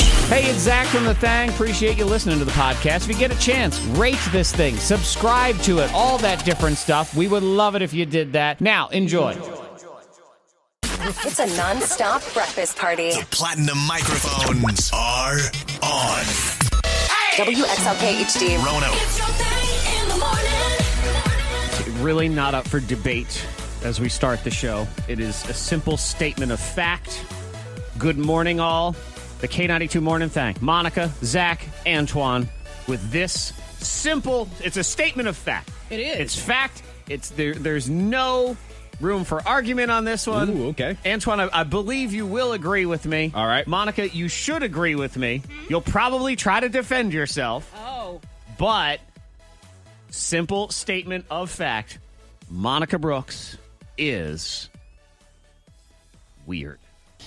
Hey, it's Zach from The Thang. Appreciate you listening to the podcast. If you get a chance, rate this thing, subscribe to it, all that different stuff. We would love it if you did that. Now, enjoy. It's a non-stop breakfast party. The platinum microphones are on. WXLK HD. Rono, really not up for debate as we start the show. It is a simple statement of fact. Good morning, all. The K92 Morning Thang. Monica, Zach, Antoine, with this simple, it's a statement of fact. It is. It's fact. It's there, There's no room for argument on this one. Ooh, okay. Antoine, I, I believe you will agree with me. All right. Monica, you should agree with me. You'll probably try to defend yourself. Oh, But simple statement of fact, Monica Brooks is weird.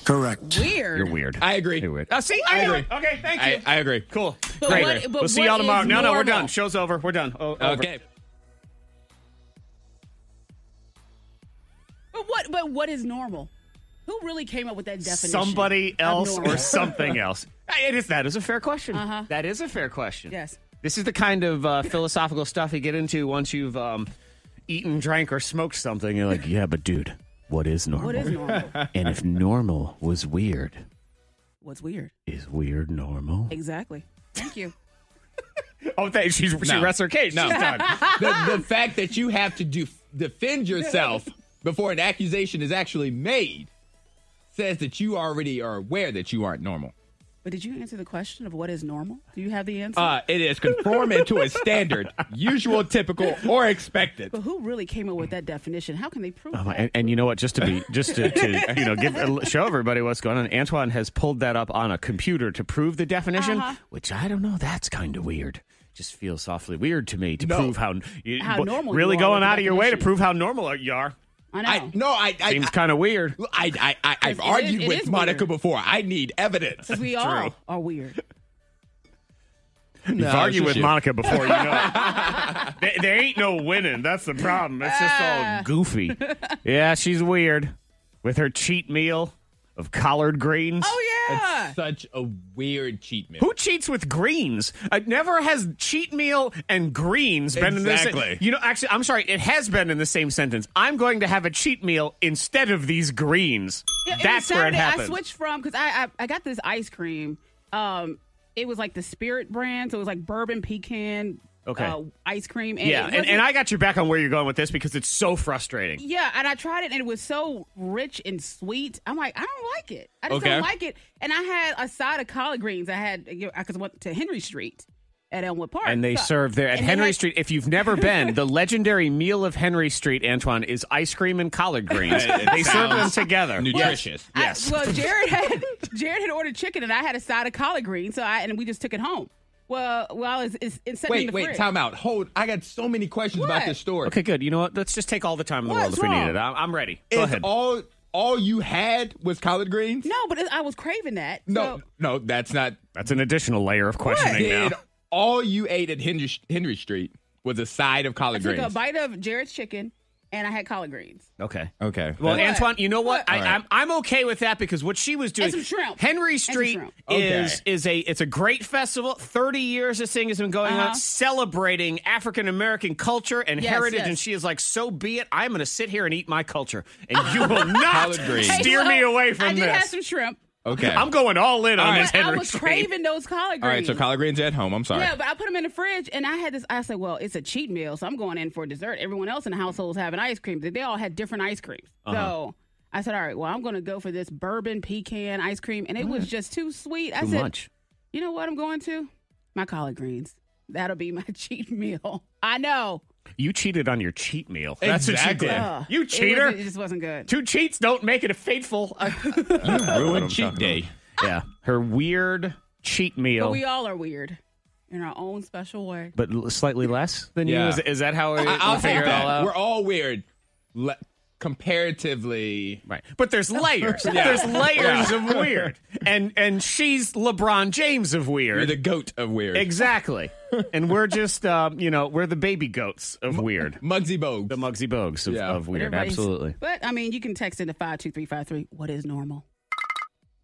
correct. weird. You're weird. I agree. Uh, You're weird. Oh, see, I, agree. agree. Okay, thank you. I, I agree. cool. But Great. what- but we'll see what y'all tomorrow. is No, no, we're normal? done. Show's over. We're done. O- over. Okay. But what? But what is normal? Who really came up with that definition? Somebody of else normal? or something else. Hey, It is that is a fair question. Uh-huh. That is a fair question. Yes. This is the kind of uh, philosophical stuff you get into once you've um, eaten, drank, or smoked something. You're like, yeah, but dude, what is normal? What is normal? and if normal was weird, What's weird? is weird normal? Exactly. Thank you. Oh, thanks. She's, She No. rests her case. No. She's done. the, the fact that you have to do, defend yourself before an accusation is actually made says that you already are aware that you aren't normal. But did you answer the question of what is normal? Do you have the answer? Uh, it is conforming to a standard, usual, typical, or expected. but who really came up with that definition? How can they prove Oh, my- that? and, and you know what? Just to be, just to, to you know, give uh, show everybody what's going on. Antoine has pulled that up on a computer to prove the definition, Uh-huh. which I don't know. That's kind of weird. Just feels softly weird to me to No. prove how, you, How but normal you Really are going with the out of your way to definition. prove how normal you are I know. I no, I I, seems I, kind of weird. I, I, I I've It is- argued it with is Monica weird. before. I need evidence. Because we all are weird. No, You've it's argued just with you. Monica before, you know. there, there ain't no winning. That's the problem. It's just Ah. all goofy. yeah, she's weird with her cheat meal of collard greens. Oh yeah. Such a weird cheat meal. Who cheats with greens? Uh, never has cheat meal and greens been in the Exactly. same. You know, actually, I'm sorry, it has been in the same sentence. I'm going to have a cheat meal instead of these greens. Yeah, it That's was where it Saturday. happens. I switched from because I, I I got this ice cream. Um, it was like the Spirit brand, so it was like bourbon pecan. Okay. Uh, ice cream. And yeah, it and, and wasn't- I got your back on where you're going with this because it's so frustrating. Yeah, and I tried it, and it was so rich and sweet. I'm like, I don't like it. I just Okay. don't like it. And I had a side of collard greens. I had because I went to Henry Street at Elmwood Park, And they So- serve there at and they Henry had- Street. If you've never been, the legendary meal of Henry Street, Antoine, is ice cream and collard greens. It- it they serve them sounds together. Nutritious. I- Yes. well, Jared had Jared had ordered chicken, and I had a side of collard greens. So I and we just took it home. Well, well, it's, it's, it's sitting in Wait, the wait, fridge. time out. Hold. I got so many questions about What? this story. Okay, good. You know what? Let's just take all the time in the world What's if we need wrong? it. I'm, I'm ready. Go Is ahead. all all you had was collard greens? No, but it, I was craving that. no, so- no, that's not. That's an additional layer of questioning Did now. all you ate at Henry, Henry Street was a side of I collard took a greens? bite of Jared's chicken and I had collard greens. Okay. Okay. Well, What? Antoine, you know what? I, All right. I'm I'm okay with that because what she was doing. some shrimp. Henry And some Street shrimp. is Okay. is a it's a great festival. Thirty years this thing has been going on, celebrating African American culture and Uh-huh. Yes, heritage. yes. And she is like, so be it. I'm going to sit here and eat my culture, and you will not Collard greens. Hey, steer me away from I did this. have some shrimp. okay. I'm going all in on right. this But I Henry was Street. craving those collard greens. all right, so collard greens at home. I'm sorry. Yeah, but I put them in the fridge, and I had this. I said, "Well, it's a cheat meal, so I'm going in for dessert." Everyone else in the household was having ice cream. They all had different ice creams. Uh-huh. So I said, "All right, well, I'm going to go for this bourbon pecan ice cream," and it was just too sweet. I Too said, much. "You know what? I'm going to my collard greens. That'll be my cheat meal." I know. You cheated on your cheat meal. Exactly. Ugh. That's what you did. You Oh, It cheater. wasn't- It, just wasn't good. Two cheats don't make it a fateful. Ruined cheat day. yeah, her weird cheat meal. But we all are weird in our own special way. but l- slightly less than you. Yeah. Is, is that how we, I- we I'll figure take it all that. out? We're all weird, le- comparatively. right, but there's layers. Yeah. There's layers of weird, and and she's LeBron James of You're weird. the goat of weird. exactly, and we're just um, you know we're the baby goats of weird. Mugsy Bogues. The Muggsy Bogues of, Yeah. of weird, Everybody's- absolutely. But I mean, you can text into five two three five three. What is normal?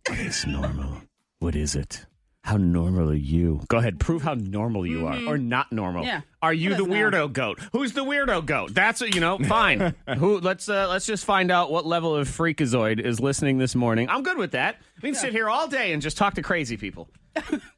It's normal. What is it? how normal are you? Go ahead, prove how normal you are or not normal. Mm-hmm. Yeah. Are you Let the us know. weirdo goat? Who's the weirdo goat? That's a, you know, fine. Who let's uh, let's just find out what level of freakazoid is listening this morning. I'm good with that. We can sit here all day and just talk to crazy people.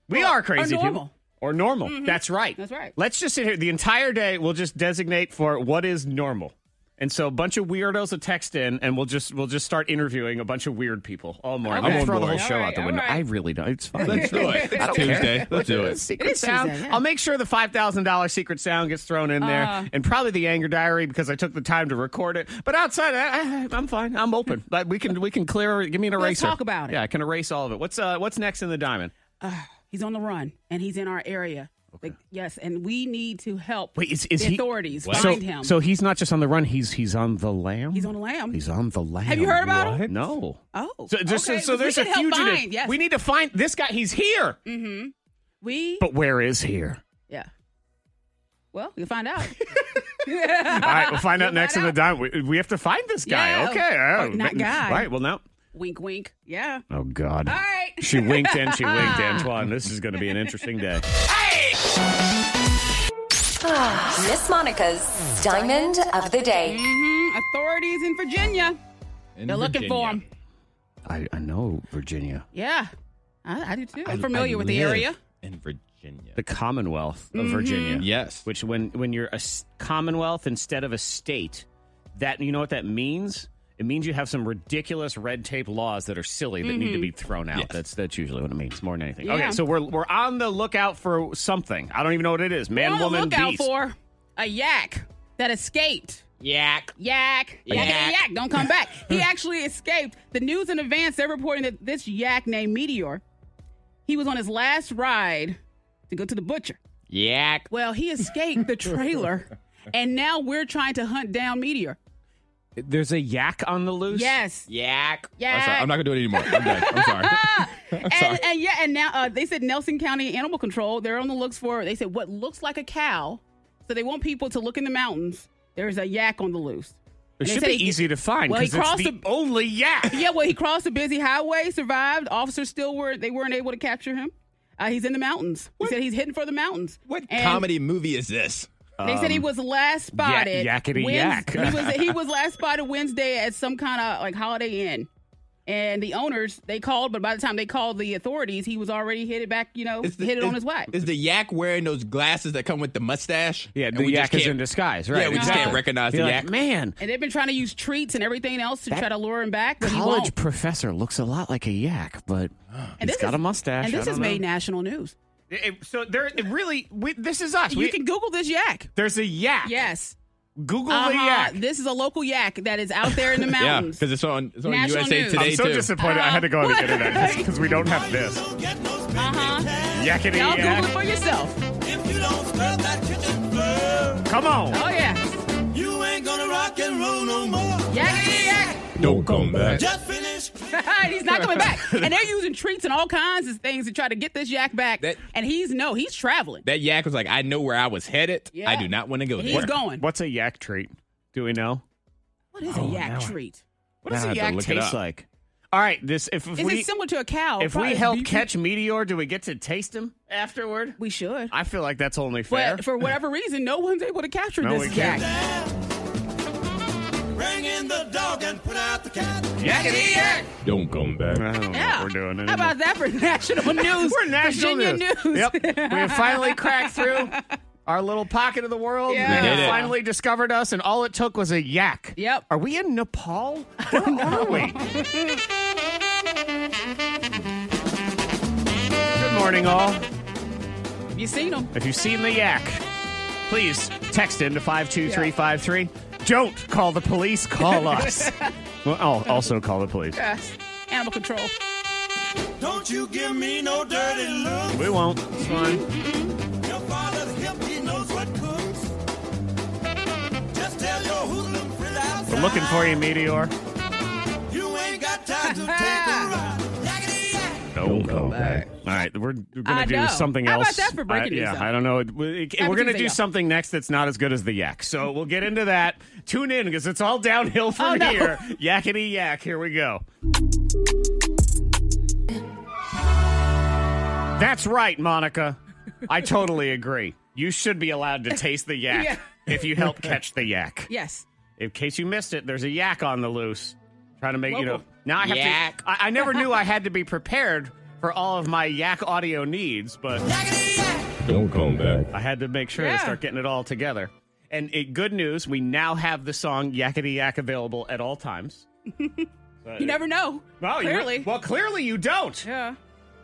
We are crazy people. normal. Mm-hmm. Or normal. That's right. That's right. Let's just sit here the entire day. We'll just designate for what is normal. And so a bunch of weirdos will text in, and we'll just we'll just start interviewing a bunch of weird people all morning. I'm Okay. gonna throw the whole board. show All out the right, window. all right. I really don't. It's fine. Let's do it. It's Tuesday. Let's do it. Secret It is sound. Tuesday, yeah. Uh. I'll make sure the five thousand dollar secret sound gets thrown in there, and probably the anger diary because I took the time to record it. But outside of that, I, I'm fine. I'm open. Like we can we can clear. Give me an eraser. Let's talk about it. Yeah, I can erase all of it. What's uh What's next in the diamond? He's on the run and he's in our area. Like, yes, and we need to help Wait, is, is the he authorities so, find him. So he's not just on the run. He's he's on the lamb. he's on the lamb. He's on the lamb. Have you heard about him? No. Oh, So, just, okay, so we there's a can help fugitive. Find. Yes, Mm. We need to find this guy. He's here. we But where is here? yeah. Well, we'll find out. All right, we'll find out We'll next find in the dime. We, we have to find this guy. Yeah. Okay. Oh, not guy. Right. Well, now. wink, wink. Yeah. Oh God. All right. She winked and she winked, Antoine. This is going to be an interesting day. Ah, Miss Monica's Diamond of the Day. Mm, authorities in Virginia. In They're looking for Virginia. him. I, I know Virginia, Yeah. I, I do too. I'm I- familiar I with the live area. in Virginia. the Commonwealth Mm-hmm. of Virginia. Yes. Which, when when you're a s- Commonwealth instead of a state, that you know what that means. It means you have some ridiculous red tape laws that are silly that need to be thrown out. That's that's usually what it means more than anything. Okay, Mm-hmm. Yeah. so we're we're on the lookout for something. I don't even know what it is. Man, On the woman, lookout beast. for a yak that escaped. Yak. Yak, yak, Yak. yak, yak, don't come back. He actually escaped. The news in advance, they're reporting that this yak named Meteor, he was on his last ride to go to the butcher. Yak. Well, he escaped the trailer, and now we're trying to hunt down Meteor. There's a yak on the loose. Yes. Yak. Yak. I'm, sorry. I'm not gonna do it anymore. I'm done. I'm sorry. and, and yeah, and now uh, they said Nelson County Animal Control, they're on the looks for, they said what looks like a cow. So they want people to look in the mountains. There's a yak on the loose. It They should say be he- easy to find well, he because it's crossed the only yak. Yeah, well, he crossed a busy highway, survived. Officers still were they weren't able to capture him. Uh, he's in the mountains. He said he's heading for the mountains. What And comedy movie is this? They said he was last spotted. Um, yakety Wednes- yak. he was he was last spotted Wednesday at some kind of like Holiday Inn, and the owners they called, but by the time they called the authorities, he was already headed back. You know, Is the, headed is- on his way. Is the yak wearing those glasses that come with the mustache? Yeah, And the we yak just is can't- in disguise, right? Yeah, we just Exactly. can't recognize Be the like, yak. Man, and they've been trying to use treats and everything else to That try to lure him back, but he college won't. professor looks a lot like a yak, but And he's this got is- a mustache. and this I has don't know. made national news. It- it- so there, it really, we, this is us. You We- can Google this yak. there's a yak. Yes. Google the Uh-huh. yak. This is a local yak that is out there in the Yeah, mountains. because it's on it's on National USA news. Today I'm too. disappointed. I had to go on the internet because we don't have this. Yakety Y'all Google it for yourself. Come on. Oh yeah. You ain't gonna rock and roll no more. Yakety yak. Don't come back. Just finished. And he's not coming back. And they're using treats and all kinds of things to try to get this yak back. That- and he's no, he's traveling. That yak was like, I know where I was headed. Yeah. I do not want to go He's there. going. What's a yak treat? Do we know? What is a Oh, yak treat? What does Now I a have to yak look it taste up. like? All right, this if, if Is we it similar to a cow? if Probably. we help catch Meteor, do we get to taste him afterward? we should. I feel like that's only fair. But for whatever reason, no one's able to capture No, we this can't. yak. Bring in the dog and put out the cat. Yakety yak. Don't come back. I don't know what Yeah. we're doing How anymore. about that for national news? We're national Virginia news. Yep. We have finally cracked through our little pocket of the world. Yeah. We They did it. finally discovered us, and all it took was a yak. Yep. Are we in Nepal? Where are we? Good morning, all. you seen them. If you've seen the yak, please text in to 52353. Don't call the police, call us. well, I'll also call the police. Yes. Animal control. Don't you give me no dirty look. We won't. It's fine. Your father's hip, he knows what cooks. Just tell your hoodlum friend outside. We're looking for you, Meteor. You ain't got time to take a ride. Yakety yak. Don't go back. All right, we're, we're going to I do know. something How else. about that for breaking I, news, Yeah, though? I don't know. We- it- Happy We're going to Tuesday, do y'all. something next that's not as good as the yak. So we'll get into that. Tune in because it's all downhill from Oh, no. here. Yakety yak. Here we go. That's right, Monica. I totally agree. You should be allowed to taste the yak Yeah. if you help catch the yak. Yes. In case you missed it, there's a yak on the loose. Trying to make you know. Local. Now I have Yak. to. I, I never knew I had to be prepared for all of my yak audio needs, but Don't come back. I had to make sure to Yeah. start getting it all together. And it, good news, we now have the song Yakety Yak available at all times. You never know. Wow, you re- clearly. well, clearly you don't. yeah.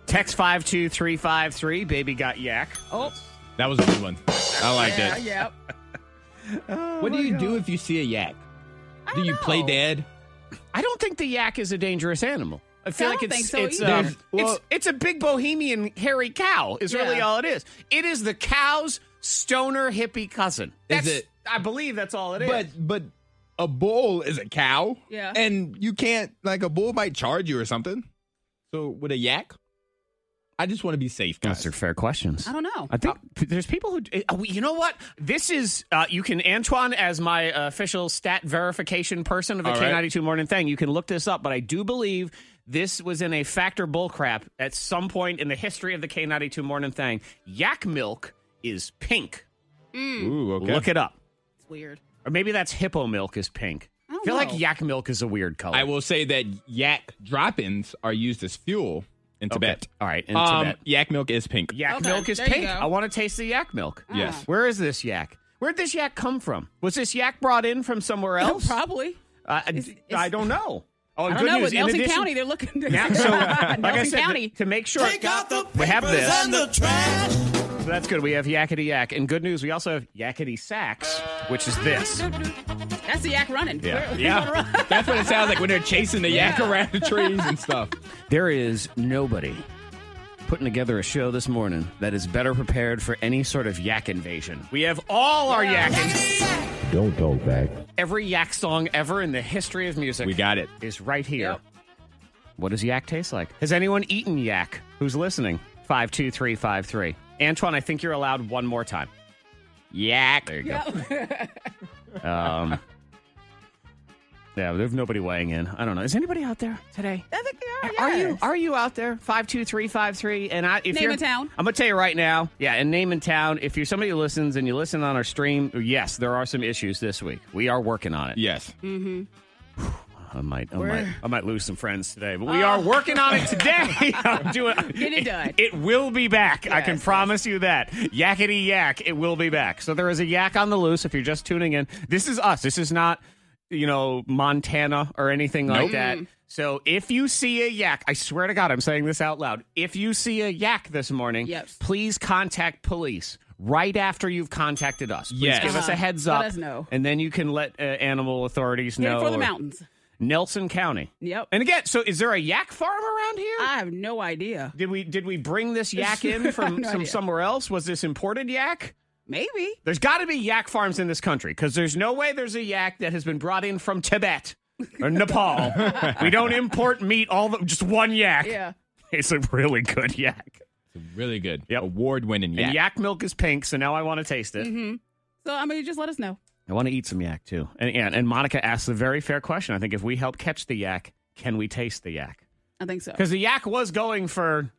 Text 52353, baby got yak. Oh. That was a good one. I like Yeah. Oh that. yeah. What do you do if you see a yak? Do you play dead? I don't think the yak is a dangerous animal. I feel I like don't it's think so it's, either. um, There's- it's it's a big bohemian hairy cow is really Yeah. all it is. It is the cow's stoner hippie cousin. That's it- I believe that's all it is. But but a bull is a cow. Yeah. And you can't like a bull might charge you or something. So with a yak, I just want to be safe, guys. fair questions. I don't know. I think there's people who. uh, we- You know what? This is. Uh, you can Antoine as my official stat verification person of the All right. K92 Morning Thing. You can look this up, but I do believe this was in a factor bullcrap at some point in the history of the K92 Morning Thing. Yak milk is pink. Hmm. Ooh, okay. Look it up, It's weird. or maybe that's hippo milk is pink. I don't feel like know. yak milk is a weird color. I will say that yak droppins are used as fuel in Okay. Tibet. All right, in Um, Tibet. Yak milk is pink. Yak Okay, milk is there you pink. go. Ah. I want to taste the yak milk. Yes. Where is this yak? Where'd this yak come from? Was this yak brought in from somewhere else? Probably. Uh, I- it's- I don't know. Oh, I don't good know. news. With in Nelson addition- County, they're looking. Yeah, so, uh, like I Nelson said, County. to make sure Take out the we have papers this, and the trash. so that's good. We have yakety yak, and good news, we also have yakety sacks, which is this. That's the yak running. Yeah. Clearly. yeah. That's what it sounds like when they're chasing the yak Yeah. around the trees and stuff. There is nobody putting together a show this morning that is better prepared for any sort of yak invasion. We have all our yakins. Don't come back. Every yak song ever in the history of music. We got it. is right here. Yep. What does yak taste like? Has anyone eaten yak? Who's listening? 52353. Antoine, I think you're allowed one more time. Yak. There you go. Um, yeah, there's nobody weighing in. I don't know. Is anybody out there today? I think they are. Are yes. you are you out there? Five two three five three. And I, if Name you're, and town. I'm gonna tell you right now. Yeah, and name and town. If you're somebody who listens and you listen on our stream, yes, there are some issues this week. We are working on it. Yes. Hmm. I might, I might, I might lose some friends today, but we are working on it today. I'll do it. Oh. Get it done. It, will be back. I can Yes, promise you that. Yakety yak, it will be back. So there is a yak on the loose. If you're just tuning in, this is us. This is not, you know, Montana or anything like that. So if you see a yak, I swear to God, I'm saying this out loud. If you see a yak this morning, Yep. please contact police. Right after you've contacted us, please Yes. give us a Uh-huh. heads Let up, us know. and then you can let uh, animal authorities Get know. it for the or- mountains. Nelson County. Yep. Oh, And again, so is there a yak farm around here? I have no idea. did we did we bring this yak in from, No from idea. somewhere else? Was this imported yak? Maybe. There's got to be yak farms in this country because there's no way there's a yak that has been brought in from Tibet or Nepal. we don't import meat all the just one yak. Yeah. It's a really good yak. Really good. Yep. Award winning And yak. yak milk is pink, so now I want to taste it. Mm-hmm. So I mean, just let us know. I want to eat some yak too. And, and and Monica asked a very fair question. I think if we help catch the yak, can we taste the yak? I think so. Because the yak was going for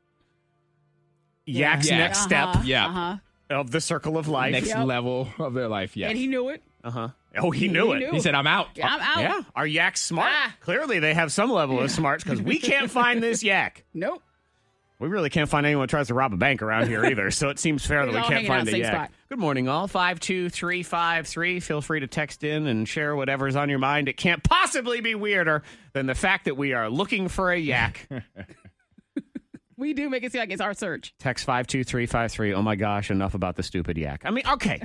Yak's Yeah. next step Yeah. Uh huh. of the circle of life. Next Yep. level of their life. Yes. And he knew it. Uh huh. Oh, he knew it. knew. He said, I'm out. Yeah, I'm out. Yeah. Are yaks smart? Ah. Clearly, they have some level of smarts because we can't find this yak. Nope. We really can't find anyone who tries to rob a bank around here either, so it seems fair that We're we all can't hanging out find the same yak. spot. Good morning, all. 52353. Feel free to text in and share whatever's on your mind. It can't possibly be weirder than the fact that we are looking for a yak. We do make it seem like it's our search. Text 52353. Oh my gosh, enough about the stupid yak. I mean, okay.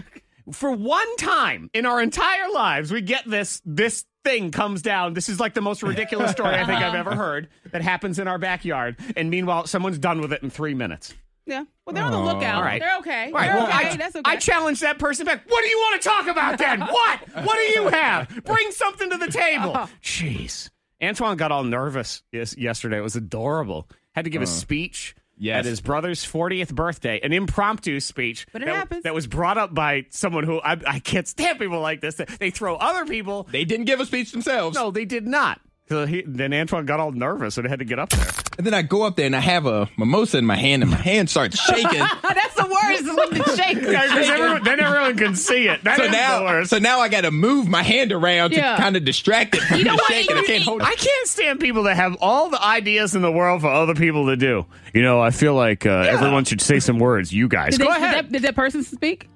For one time in our entire lives, we get this this thing comes down. This is like the most ridiculous story I think I've ever heard that happens in our backyard. And meanwhile, someone's done with it in three minutes. Yeah. Well, they're on the lookout. all right. They're okay. All right, They're well, okay. I, That's okay. I challenge that person back. What do you want to talk about then? What? What do you have? Bring something to the table. Oh. Jeez. Antoine got all nervous yes, yesterday. It was adorable. Had to give a speech Uh. Yes. at his brother's 40th birthday, an impromptu speech. But it that, happens. That was brought up by someone who I, I can't stand people like this. They throw other people. They didn't give a speech themselves. No, they did not. So he, then Antoine got all nervous and had to get up there. And then I go up there and I have a mimosa in my hand, and my hand starts shaking. That's the worst. Is when the shake. starts Because shaking. everyone, then everyone can see it. That so is the now, worst. so now I got to move my hand around Yeah. to kind of distract it from You know the what? shaking. I You- can't hold it. I can't stand people that have all the ideas in the world for other people to do. You know, I feel like uh, everyone should say some words. You guys, Did, go they- did ahead. that, did that person speak?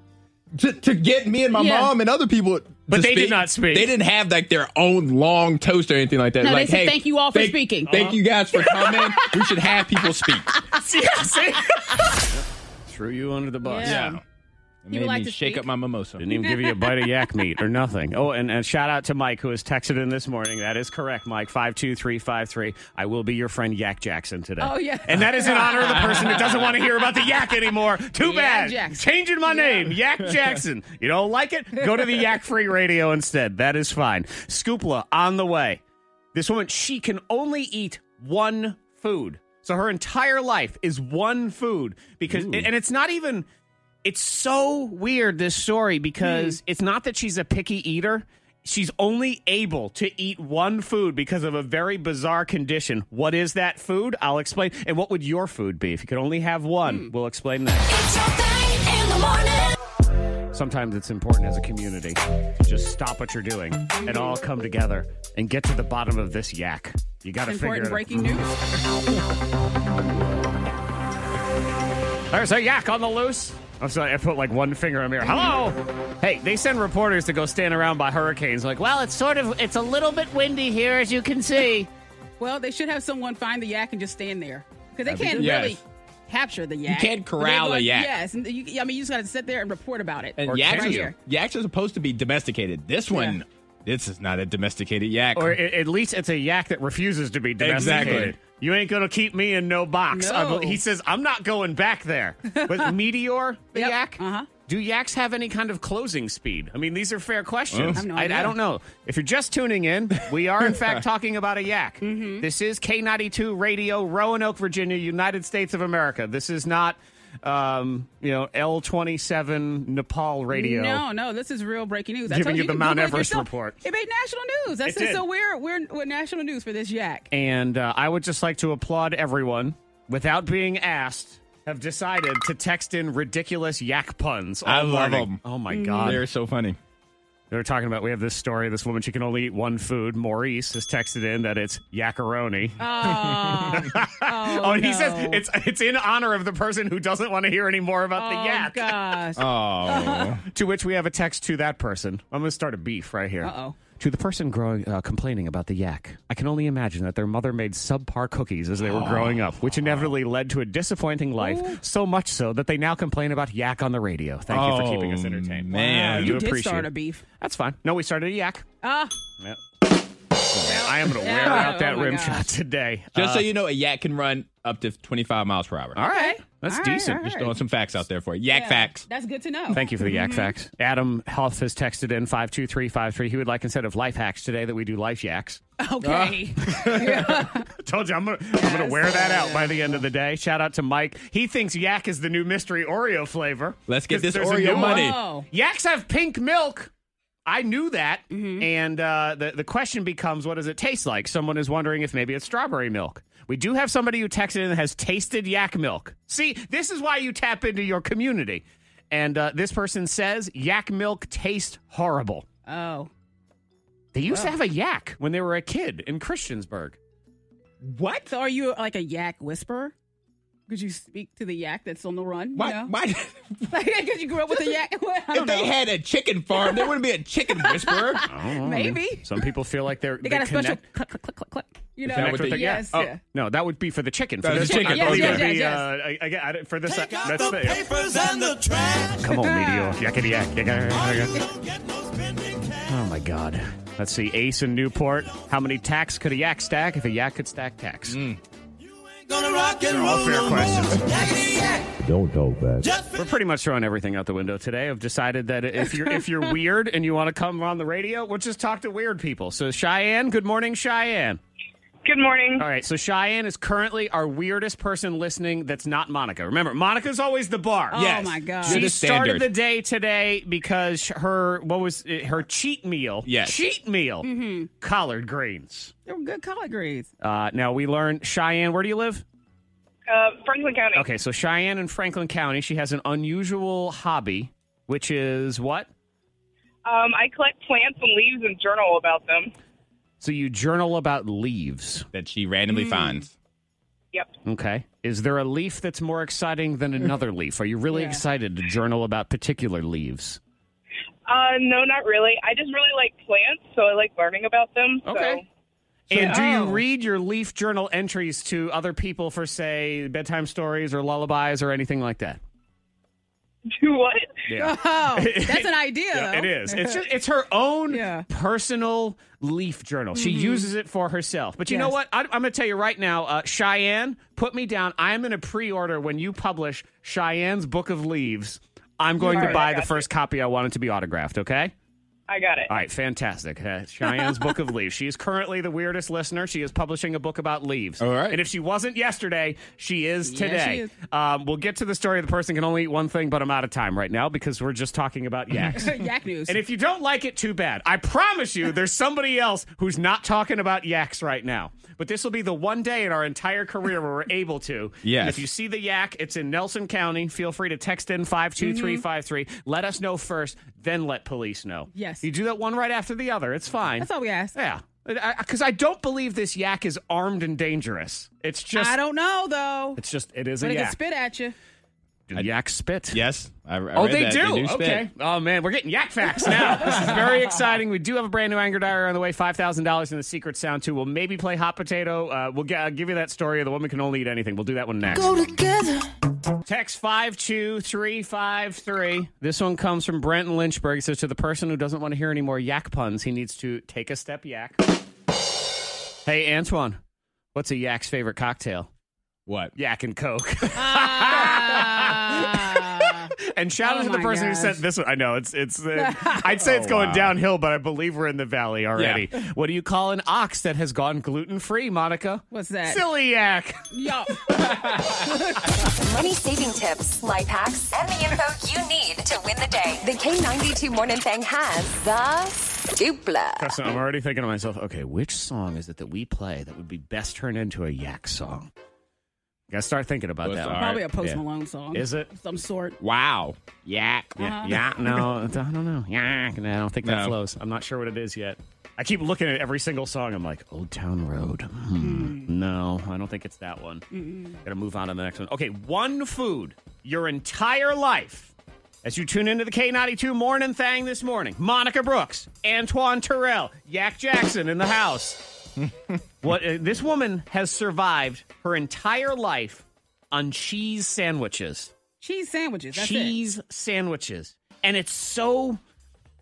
to, to get me and my Yeah. mom and other people. But to they did not speak. They didn't have like their own long toast or anything like that. No, they like, said, hey, "Thank you all for thank- speaking." Uh-huh. Thank you guys for coming. we should have people speak. Yeah, see? Threw you under the bus. Yeah. Um, It you made like me to shake speak? up my mimosa. Didn't even give you a bite of yak meat or nothing. Oh, and, and shout out to Mike who has texted in this morning. That is correct, Mike. 52353. I will be your friend Yak Jackson today. Oh, yeah. And that is in honor of the person that doesn't want to hear about the yak anymore. Too Yak bad. Jackson. Changing my name, Yak Jackson. You don't like it? Go to the Yak Free Radio instead. That is fine. Scoopla on the way. This woman, she can only eat one food. So her entire life is one food because, and it's not even it's so weird this story because Hmm. it's not that she's a picky eater she's only able to eat one food because of a very bizarre condition what is that food i'll explain and what would your food be if you could only have Hmm. one we'll explain that It's your thing in the morning. sometimes it's important as a community to just stop what you're doing and all come together and get to the bottom of this yak you gotta figure Important it out breaking news. There's a yak on the loose. I'm sorry, I put like one finger in the mirror. Hello. Hey, they send reporters to go stand around by hurricanes. Like, well, it's sort of, it's a little bit windy here, as you can see. Well, they should have someone find the yak and just stand there because they be can't good. Yes. really capture the yak. can't corral They're a yak. Yes, and you, I mean you just got to sit there and report about it. And Or yaks, can is- you? yaks are supposed to be domesticated. This one, this is not a domesticated yak. Or a- at least it's a yak that refuses to be domesticated. Exactly. You ain't gonna keep me in no box. I No. bel- he says, I'm not going back there. But Meteor, the Yep, yak. uh-huh. Do yaks have any kind of closing speed? I mean, these are fair questions. I have no I, idea. don't know. If you're just tuning in, we are in fact talking about a yak. Mm-hmm. This is K92 Radio, Roanoke, Virginia, United States of America. This is not, um, you know, L27 Nepal Radio. No, no, this is real breaking news. I Giving told you you the can Mount Google it Everest yourself. report. It made national news. That's It it. did. So we're we're we're national news for this yak. And uh, I would just like to applaud everyone without being asked have decided to text in ridiculous yak puns. all I love morning. 'em. Oh my god. They're so funny. They were talking about we have this story this woman she can only eat one food. Maurice has texted in that it's yakaroni. Oh, oh, and he no. says it's it's in honor of the person who doesn't want to hear any more about Oh the yak. gosh. Oh, To which we have a text to that person. I'm going to start a beef right here. Uh-oh. To the person growing, uh, complaining about the yak, I can only imagine that their mother made subpar cookies as they were growing up, which inevitably led to a disappointing life. So much so that they now complain about yak on the radio. Thank you for keeping us Oh, entertained. man. I You do you did appreciate start it. a beef. That's fine. No, we started a yak. Ah, Yep. Man, I am going to wear Yeah. out that Oh my rim gosh. shot today. just Uh, so you know, a yak can run up to 25 miles per hour. all right, Okay. that's All right, decent. all Just throwing some facts out there for you. Yak yeah. facts. That's good to know. Thank you for the yak facts. Adam Huff has texted in 52353. He would like, instead of life hacks today, that we do life yaks. Okay. Ah. Told you, I'm going to I'm gonna Yes. wear that out by the end of the day. Shout out to Mike. He thinks yak is the new mystery Oreo flavor. Let's get 'Cause this there's a Oreo new money. Oh. Yaks have pink milk. I knew that. And uh, the, the question becomes what does it taste like? Someone is wondering if maybe it's strawberry milk. We do have somebody who texted in that has tasted yak milk. See, this is why you tap into your community. And uh, this person says yak milk tastes horrible. Oh. They used to have a yak when they were a kid in Christiansburg. What? So are you like a yak whisperer? Could you speak to the yak that's on the run? Why? You know? why Because you grew up with a yak. I if don't they know. had a chicken farm, there wouldn't be a chicken whisperer. Oh, Maybe. Some people feel like they're They got a connect, special click, click, click, click, click. You know? that what they- yes. Oh, yeah. No, that would be for the chicken. For That this was one, chicken. I Yes, believe yes, it'd be, yes, uh, I- I- I- for this. Take out that's the the- papers and the trash. Come on, Meteor. Yakety yak. yakety yak. Don't get no spending cash. Oh my God. Let's see. Ace in Newport. How many tacks could a yak stack if a yak could stack tacks? Mm. Gonna rock and roll fair no more. questions. Yakety yak. Don't talk back. Just We're pretty much throwing everything out the window today. I've decided that if you're if you're weird and you want to come on the radio, we'll just talk to weird people. So Cheyenne, good morning, Cheyenne. Good morning. All right, so Cheyenne is currently our weirdest person listening that's not Monica. Remember, Monica's always the bar. Oh Yes. my god. You're She the started standard. the day today because her what was it, her cheat meal? Yes. Mm-hmm. cheat meal. Collard greens. They were good collard greens. Uh, now we learned Cheyenne. Where do you live? Uh, Franklin County. Okay, so Cheyenne in Franklin County. She has an unusual hobby, which is what? Um, I collect plants and leaves and journal about them. So you journal about leaves. that she randomly finds. Yep. Okay. Is there a leaf that's more exciting than another leaf? Are you really Yeah. excited to journal about particular leaves? Uh, no, not really. I just really like plants, so I like learning about them. So. Okay. And do Oh. you read your leaf journal entries to other people for, say, bedtime stories or lullabies or anything like that? Do what? Yeah. Oh, that's an idea. it is. It's just, it's her own Yeah. Mm-hmm. personal leaf journal. She uses it for herself. But you know Yes. what? I, I'm going to tell you right now, uh, Cheyenne, put me down. I'm going to pre-order when you publish Cheyenne's Book of Leaves. I'm going to Alright, I buy the got first copy I want it to be autographed. Okay. I got it. All right, fantastic. Uh, Cheyenne's Book of Leaves. She is currently the weirdest listener. She is publishing a book about leaves. All right. And if she wasn't yesterday, she is Yeah, today. she is. Um, we'll get to the story. The person can only eat one thing, but I'm out of time right now because we're just talking about yaks. Yak news. and if you don't like it, too bad. I promise you, there's somebody else who's not talking about yaks right now. But this will be the one day in our entire career where we're able to. Yes. And If you see the yak, it's in Nelson County. Feel free to text in 52353. Let us know first, then let police know. Yes. You do that one right after the other. It's fine. that's all we asked. Yeah. Because I, don't believe this yak is armed and dangerous. It's just. I don't know though. It's just. It is a But it can yak. spit at you. Do yaks spit? Yes. I, I Oh, read they that. do. spit. okay. Oh man, we're getting yak facts now. this is very exciting. We do have a brand new anger diary on the way. Five thousand dollars in the secret sound too. We'll maybe play hot potato. Uh, we'll g- uh, give you that story of the woman can only eat anything. We'll do that one next. Go together. Text five two three five three. This one comes from Brent in Lynchburg. It says to the person who doesn't want to hear any more yak puns, he needs to take a step yak. Hey Antoine, what's a yak's favorite cocktail? What? Yak and Coke. Ah. And shout Oh out to the my person who gosh. sent this one. I know it's it's. Uh, I'd say it's going downhill, but I believe we're in the valley already. What do you call an ox that has gone gluten free, Monica? What's that? Celiac. Yo. Money saving tips, life hacks, and the info you need to win the day. The K92 Morning Thing has the dupla. So I'm already thinking to myself, okay, which song is it that we play that would be best turned into a yak song? Gotta start thinking about What's that. our- one. Probably a Post Yeah. Malone song. Is it? Of Some sort. Wow. Yak. Yeah, yeah, no, I don't know. Yak, no, I don't think that No. flows. I'm not sure what it is yet. I keep looking at every single song. I'm like, Old Town Road. Hmm. No, I don't think it's that one. Gotta move on to the next one. Okay, one food your entire life. As you tune into the K92 morning thing this morning, Monica Brooks, Antoine Terrell, Yak Jackson in the house. what uh, this woman has survived her entire life on cheese sandwiches Cheese sandwiches. That's it. cheese sandwiches. And it's so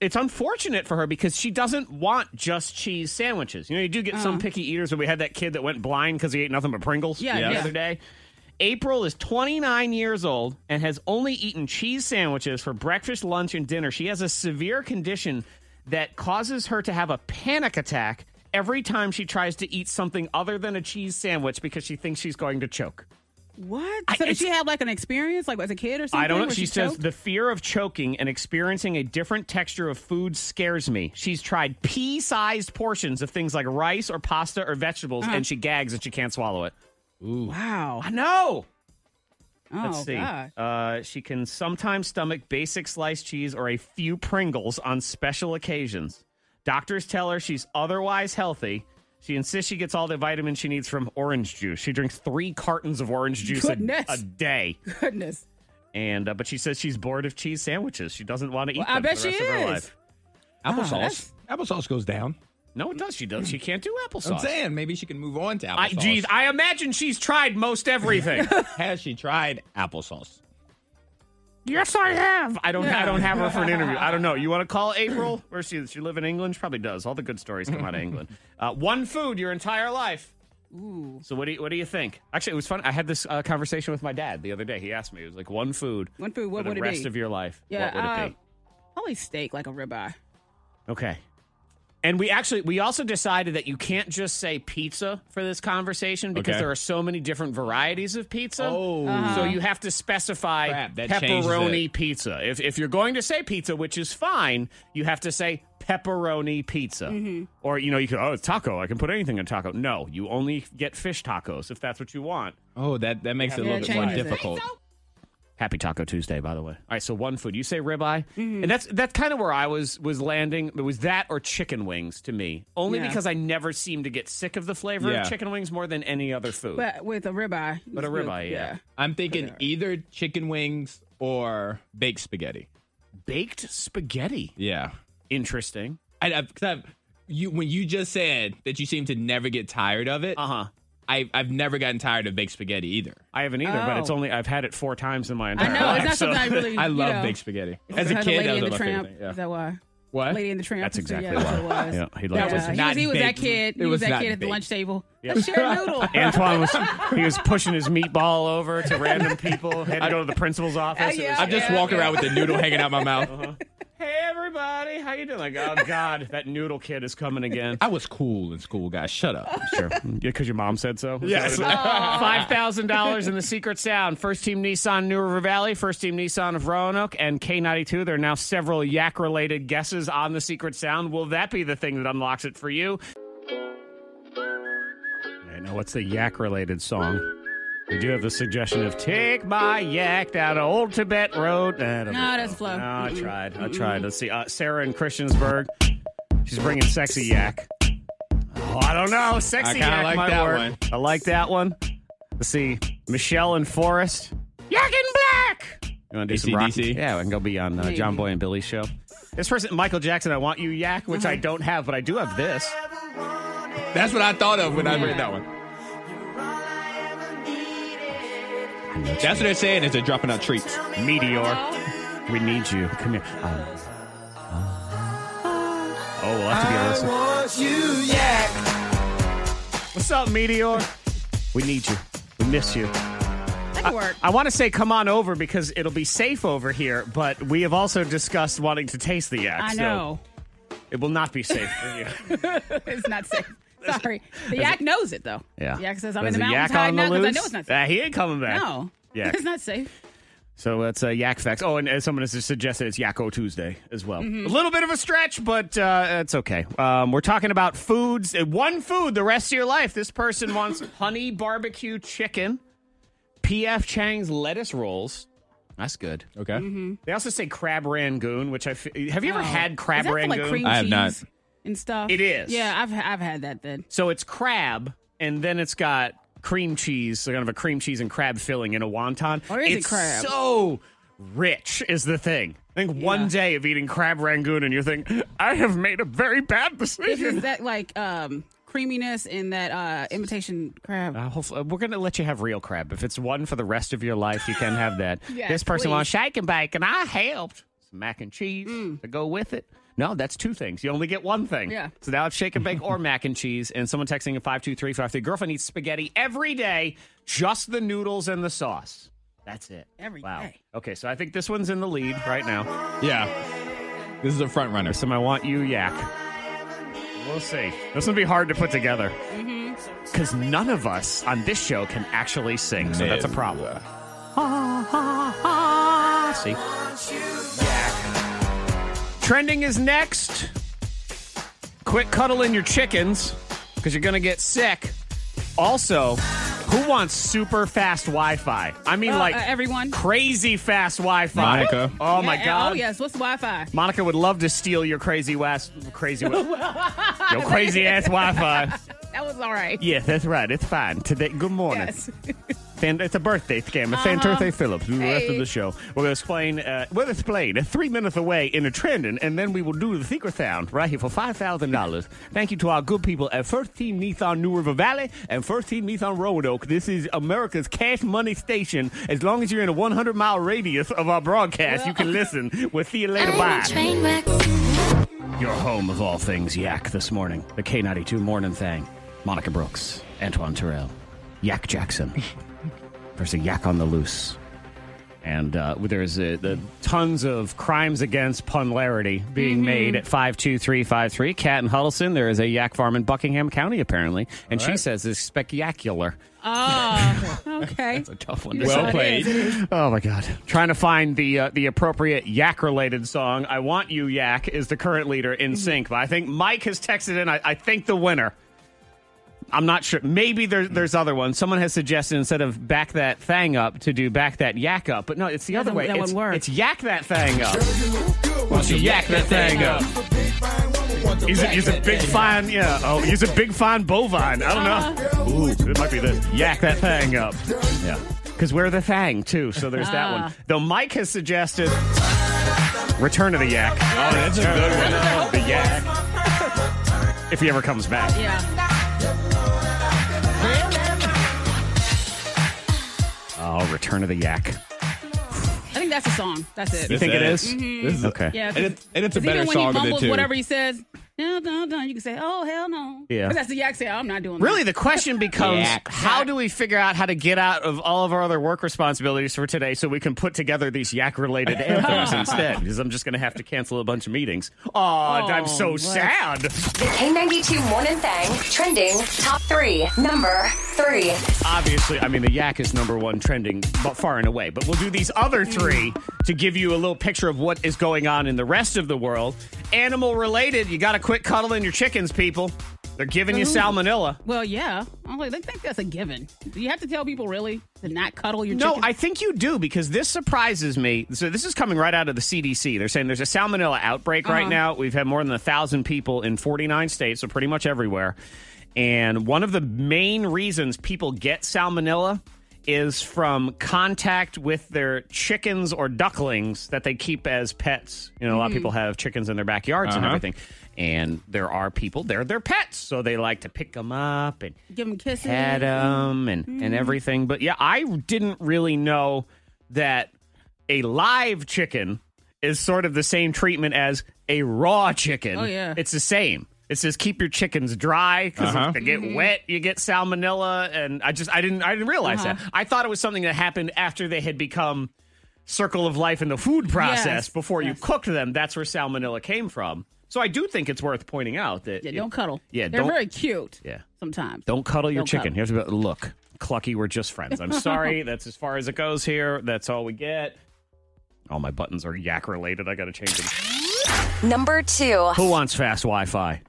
it's unfortunate for her because she doesn't want just cheese sandwiches. You know, you do get some picky eaters and we had that kid that went blind because he ate nothing but Pringles Mm. Yeah, the yeah. other day. April is 29 years old and has only eaten cheese sandwiches for breakfast, lunch, and dinner. She has a severe condition that causes her to have a panic attack every time she tries to eat something other than a cheese sandwich because she thinks she's going to choke. What? I- So did it's- she have like an experience, like as a kid or something? I don't know. where She, says choked? the fear of choking and experiencing a different texture of food scares me. She's tried pea-sized portions of things like rice or pasta or vegetables, Uh-huh. and she gags and she can't swallow it. Wow. I know. Oh, Let's see. God. Uh, she can sometimes stomach basic sliced cheese or a few Pringles on special occasions. Doctors tell her she's otherwise healthy. She insists she gets all the vitamins she needs from orange juice. She drinks three cartons of orange juice a, Goodness. a day. Goodness. and uh, but she says she's bored of cheese sandwiches. She doesn't want to eat Well, them I bet for the she rest of her is. life. Applesauce. that's- Applesauce goes down. No, it does. She does. She can't do I'm applesauce. saying maybe she can move on to applesauce. I, geez, I imagine she's tried most everything. Has she tried applesauce? yes, I have. I don't. I Yeah. don't have her for an interview. I don't know. You want to call April? Where is she? Does she live in England? She probably does. All the good stories come out of England. Uh, one food your entire life. Ooh. So what do you what do you think? Actually, it was fun. I had this uh, conversation with my dad the other day. He asked me, "It was like one food, One food, what for the would it rest be? of your life? Yeah, what would uh, it be?" Probably steak, like a ribeye. Okay. And we actually we also decided that you can't just say pizza for this conversation because Okay. there are so many different varieties of pizza. Oh. So you have to specify Crap, that changes pepperoni it. pizza. If if you're going to say pizza, which is fine, you have to say pepperoni pizza. Or you know, you could oh, it's taco. I can put anything in taco. No, you only get fish tacos if that's what you want. Oh, that that makes it a Yeah, little bit more changes it. difficult. Happy Taco Tuesday, by the way. All right, so one food. You say ribeye, Mm-hmm. and that's that's kind of where I was was landing. It was that or chicken wings to me, only Yeah. because I never seem to get sick of the flavor Yeah. of chicken wings more than any other food. But with a ribeye. But a it's good. ribeye, yeah. I'm thinking either chicken wings or baked spaghetti. Baked spaghetti, Yeah, interesting. I, I've, 'cause I've you when you just said that you seem to never get tired of it. Uh Uh-huh. huh. I I've never gotten tired of baked spaghetti either. I haven't either, but it's Oh. only I've had it four times in my I entire know. life. It's not so- something I really. I you love know, baked spaghetti. As a I had kid, Lady that was one and the of my Tramp. favorite things. Yeah. Is that why? What? Lady and the Tramp. That's so exactly yeah, that's why. what it was. Yeah, he that liked was it. he Not was, he was that baked. kid. He It was, was that not kid at the baked. lunch table. Let's share a noodle. Antoine was he was pushing his meatball over to random people. Had to go to the principal's office. It Uh, yeah. was- I'm just Yeah, Uh-huh. walking around with the noodle hanging out my mouth. Hey everybody, how you doing? Like, oh god, that noodle kid is coming again. I was cool in school, guys. Shut up. Sure. Because your mom said so? Yes. Five thousand dollars in the secret sound. First team Nissan New River Valley, first team Nissan of Roanoke, and K ninety two. There are now several yak related guesses on the secret sound. Will that be the thing that unlocks it for you? I know what's the yak related song. We do have the suggestion of take my yak down to Old Tibet Road. No, No, that's Flo. No, I Mm-mm. tried. I tried. Let's see. Uh, Sarah in Christiansburg. She's bringing sexy yak. Oh, I don't know. Sexy I kinda yak like might that work. one. I like that one. Let's see. Michelle and Forrest. Yak and Black. You want to do some rock? AC/DC? Yeah, we can go be on uh, John Boy and Billy's show. This person, Michael Jackson, I want you yak, which I don't have, but I do have this. That's what I thought of when I read that one. That's what they're saying is they're dropping out treats. Meteor. We need you. Come here. Um, oh, we'll have to be a listen. What's up, Meteor? We need you. We miss you. That could work. I want to say come on over because it'll be safe over here, but we have also discussed wanting to taste the yak. I so know. it will not be safe for you. It's not safe. Sorry. The yak knows it, though. The yak says, I'm There's in the a yak mountains hiding on out the because I loose? know it's not safe. Ah, he ain't coming back. No. Yak. It's not safe. So it's uh, yak facts. Oh, and uh, someone has suggested it's Yakko Tuesday as well. Mm-hmm. A little bit of a stretch, but uh, it's okay. Um, we're talking about foods. uh, One food the rest of your life. This person wants honey barbecue chicken, P.F. Chang's lettuce rolls. That's good. Mm-hmm. Okay. They also say crab rangoon, which I f- have you ever Oh. had crab Is that for, rangoon? like, cream I have not. cheese And stuff. It is. Yeah, I've I've had that then. So it's crab, and then it's got cream cheese, so kind of a cream cheese and crab filling in a wonton. Or is it it's crab? So rich is the thing. I think one day of eating crab rangoon, and you think I have made a very bad This is decision. that like um creaminess and that uh imitation crab. Uh, hopefully, uh, we're going to let you have real crab. If it's one for the rest of your life, you can have that. Yes, this person wants please. Mm. shake and bake, and I helped. Some mac and cheese to go with it. No, that's two things. You only get one thing. Yeah. So now it's shake and bake or mac and cheese. And someone texting at 52353. Girlfriend eats spaghetti every day, just the noodles and the sauce. That's it. Every wow. day. Okay, so I think this one's in the lead right now. Yeah. This is a front runner. Some I want you yak. We'll see. This will be hard to put together. Mm-hmm. Because none of us on this show can actually sing, so that's a problem. See? Trending is next. Quit cuddling your chickens because you're going to get sick. Also, who wants super fast Wi Fi? I mean, Uh, like uh, everyone. crazy fast Wi Fi. Monica. Oh, Yeah, my and- God. Oh yes, what's Wi Fi? Monica would love to steal your crazy west, crazy west, your crazy ass Wi-Fi. That was all right. Yes, that's right. It's fine. Today, good morning. Yes. Fan- it's a birthday scam. It's Fan Thursday Phillips. The rest of Hey. the show, we're going to explain. Uh, we'll explain uh, three minutes away in a trending, and then we will do the secret sound right here for five thousand dollars. Thank you to our good people at First Team Nissan New River Valley and First Team Nissan Roanoke. This is America's cash money station. As long as you're in a 100 mile radius of our broadcast, you can listen. We'll see you later. Bye. I'm a train wreck. Your home of all things yak this morning. The K92 Morning Thing. Monica Brooks, Antoine Terrell, Yak Jackson. There's a yak on the loose. And uh, there's uh the tons of crimes against punlarity being Mm-hmm. made at 52353. Cat and Huddleston, there is a yak farm in Buckingham County, apparently. And she says it's specular. Oh, okay. A tough one to Well say. played. Oh my god! Trying to find the uh, the appropriate yak related song. I want you yak is the current leader Mm-hmm. in sync, but I think Mike has texted in. I, I think the winner. I'm not sure. Maybe there's Mm. there's other ones. Someone has suggested instead of back that thing up to do back that yak up, but no, it's the Yeah, other that- way. that it's, wouldn't work. it's yak that thing up. Won't you yak that thing up? He's a, he's a big fine, yeah. Oh, he's a big fine bovine. I Uh-huh. don't know. Ooh, it might be this. Yak that thing up. Yeah. Because we're the thang, too, so there's that Ah. one. Though Mike has suggested Return of the Yak. Oh, that's a good one. The Yak. If he ever comes back. Yeah. Oh, Return of the Yak. I think that's a song. That's it. You think it is? This is Okay. Mm-hmm. Yeah. 'cause- And it's- and it's a 'cause better even when song he than mumbles two. whatever he says, no, no, no, you can say, oh, hell no. Yeah. 'Cause that's the yak say, I'm not doing Really, that. the question becomes Yak. how do we figure out how to get out of all of our other work responsibilities for today so we can put together these yak related anthems instead? Because I'm just going to have to cancel a bunch of meetings. Oh, I'm so sad. The K92 Morning Thang trending top three. Number three. Obviously, I mean, the yak is number one trending but far and away, but we'll do these other three to give you a little picture of what is going on in the rest of the world. Animal related, you got to quit cuddling your chickens, people. They're giving you salmonella. Well, yeah. I'm like, I think that's a given. Do you have to tell people really to not cuddle your No, chicken? I think you do because this surprises me. So this is coming right out of the CDC. They're saying there's a salmonella outbreak right now. We've had more than a thousand people in 49 states, so pretty much everywhere. And one of the main reasons people get salmonella is from contact with their chickens or ducklings that they keep as pets. You know, a lot of people have chickens in their backyards and Uh-huh. everything. And there are people, they're their pets. So they like to pick them up and Give them kisses. had uh, them and, Mm-hmm. and everything. But yeah, I didn't really know that a live chicken is sort of the same treatment as a raw chicken. Oh, yeah. It's the same. It says keep your chickens dry because Uh-huh. if they get Mm-hmm. wet, you get salmonella. And I just I didn't I didn't realize Uh-huh. that. I thought it was something that happened after they had become circle of life in the food process Yes, before yes. you cooked them. That's where salmonella came from. So I do think it's worth pointing out that Yeah, don't cuddle. Yeah, They're don't- very cute. Yeah. Sometimes. Don't cuddle your Don't chicken. cuddle. You have to be like, look, Clucky, we're just friends. I'm sorry. That's as far as it goes here. That's all we get. All my buttons are yak related. I got to change them. Number two. Who wants fast Wi Fi?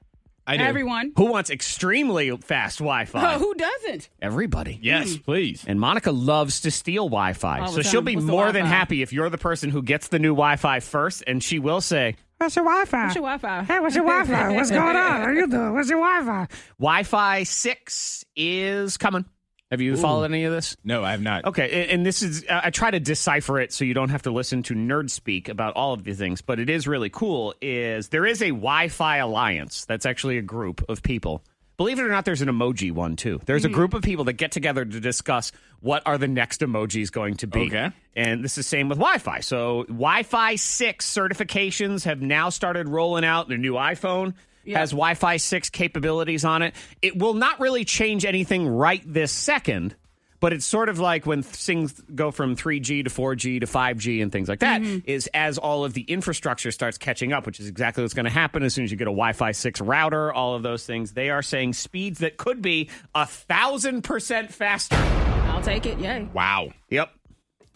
I do. Everyone. Who wants extremely fast Wi Fi? Oh, who doesn't? Everybody. Yes, please. And Monica loves to steal Wi Fi. All So the she'll time. be What's the more than Wi-Fi? happy if you're the person who gets the new Wi Fi first. And she will say, What's your Wi Fi? What's your Wi-Fi? Hey, what's your Wi-Fi? What's going on? How you doing? What's your Wi-Fi? Wi-Fi six is coming. Have you followed any of this? No, I have not. Okay, a- and this is I I try to decipher it so you don't have to listen to nerd speak about all of these things, but it is really cool. Is there is a Wi-Fi alliance that's actually a group of people. Believe it or not, there's an emoji one too. There's a group of people that get together to discuss what are the next emojis going to be. Okay. And this is same with Wi-Fi. So Wi-Fi 6 certifications have now started rolling out. The new iPhone has Wi-Fi 6 capabilities on it. It will not really change anything right this second, but it's sort of like when things go from 3G to 4G to 5G and things like that. Is as all of the infrastructure starts catching up, which is exactly what's going to happen as soon as you get a Wi-Fi 6 router, all of those things. They are saying speeds that could be a thousand percent faster. I'll take it. Yay. Wow. Yep.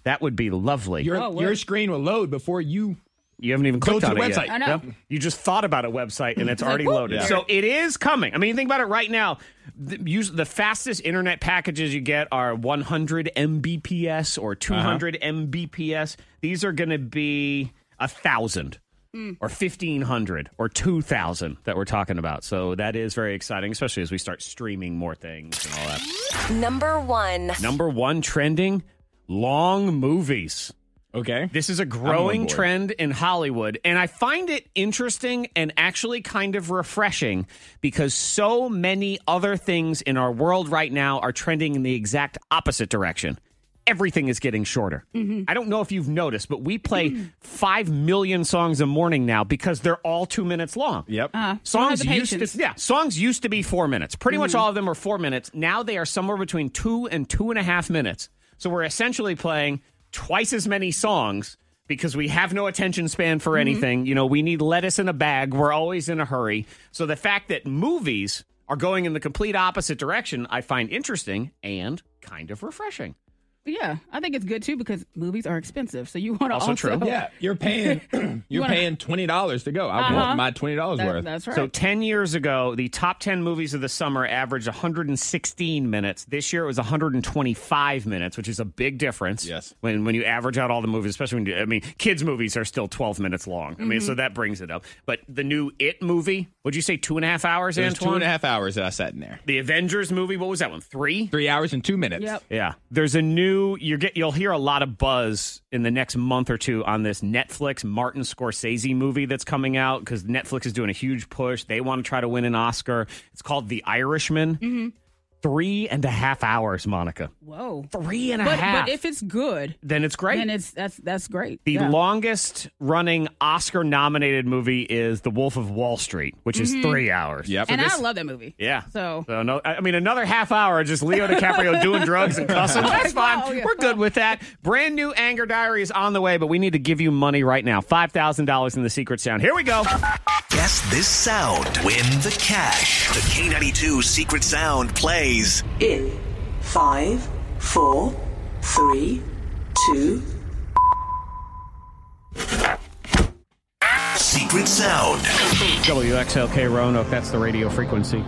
That would be lovely. Your Oh, word. your screen will load before you. You haven't even Go clicked to on the it yet. website. I know. Yep. You just thought about a website and it's like, already whoop. loaded. Yeah. So it is coming. I mean, think about it right now. The, usu- the fastest internet packages you get are 100 Mbps Uh-huh. or 200 Mbps. These are going to be a 1,000 or 1,500 or 2,000 that we're talking about. So that is very exciting, especially as we start streaming more things and all that. Number one. Number one trending long movies. Okay. This is a on growing board. trend in Hollywood, and I find it interesting and actually kind of refreshing because so many other things in our world right now are trending in the exact opposite direction. Everything is getting shorter. I don't know if you've noticed, but we play 5 million songs a morning now because they're all two minutes long. Yep. Uh-huh. Songs Don't have the used to, patience. Mm. yeah, songs used to be four minutes. Pretty much all of them are four minutes. Now they are somewhere between two and two and a half minutes. So we're essentially playing twice as many songs because we have no attention span Mm-hmm. for anything. You know, we need lettuce in a bag. We're always in a hurry. So the fact that movies are going in the complete opposite direction, I find interesting and kind of refreshing. Yeah, I think it's good too because movies are expensive, so you want to Also also, true. Yeah, you're paying you're wanna- paying twenty dollars to go. I Uh-huh. want my twenty dollars That- worth. that's right. So 10 years ago, the top 10 movies of the summer averaged 116 minutes. This year it was 125 minutes, which is a big difference. Yes. When when you average out all the movies, especially when you, I mean, kids movies are still 12 minutes long. I mean, so that brings it up. But the new It movie, would you say two and a half hours, It was Antoine? two and a half hours that I sat in there. The Avengers movie, what was that one? Three? Three hours and two minutes. Yep. Yeah. There's a new you get you'll hear a lot of buzz in the next month or two on this Netflix Martin Scorsese movie that's coming out cuz Netflix is doing a huge push. They want to try to win an Oscar. It's called The Irishman. Mm-hmm. Three and a half hours, Monica. Whoa. Three and a But half. but if it's good, then it's great. then it's that's that's great. the yeah. longest running Oscar nominated movie is The Wolf of Wall Street, which Mm-hmm. is three hours. Yep. and So this- I love that movie. Yeah. So no, I I mean, another half hour, just Leo DiCaprio doing drugs and cussing. That's fine. Oh, yeah. We're good with that. Brand new Anger Diary is on the way, but we need to give you money right now. $5,000 in the secret sound. Here we go. Guess this sound. Win the cash. The K92 Secret Sound plays In five, four, three, two. Secret Sound. WXLK Roanoke, that's the radio frequency.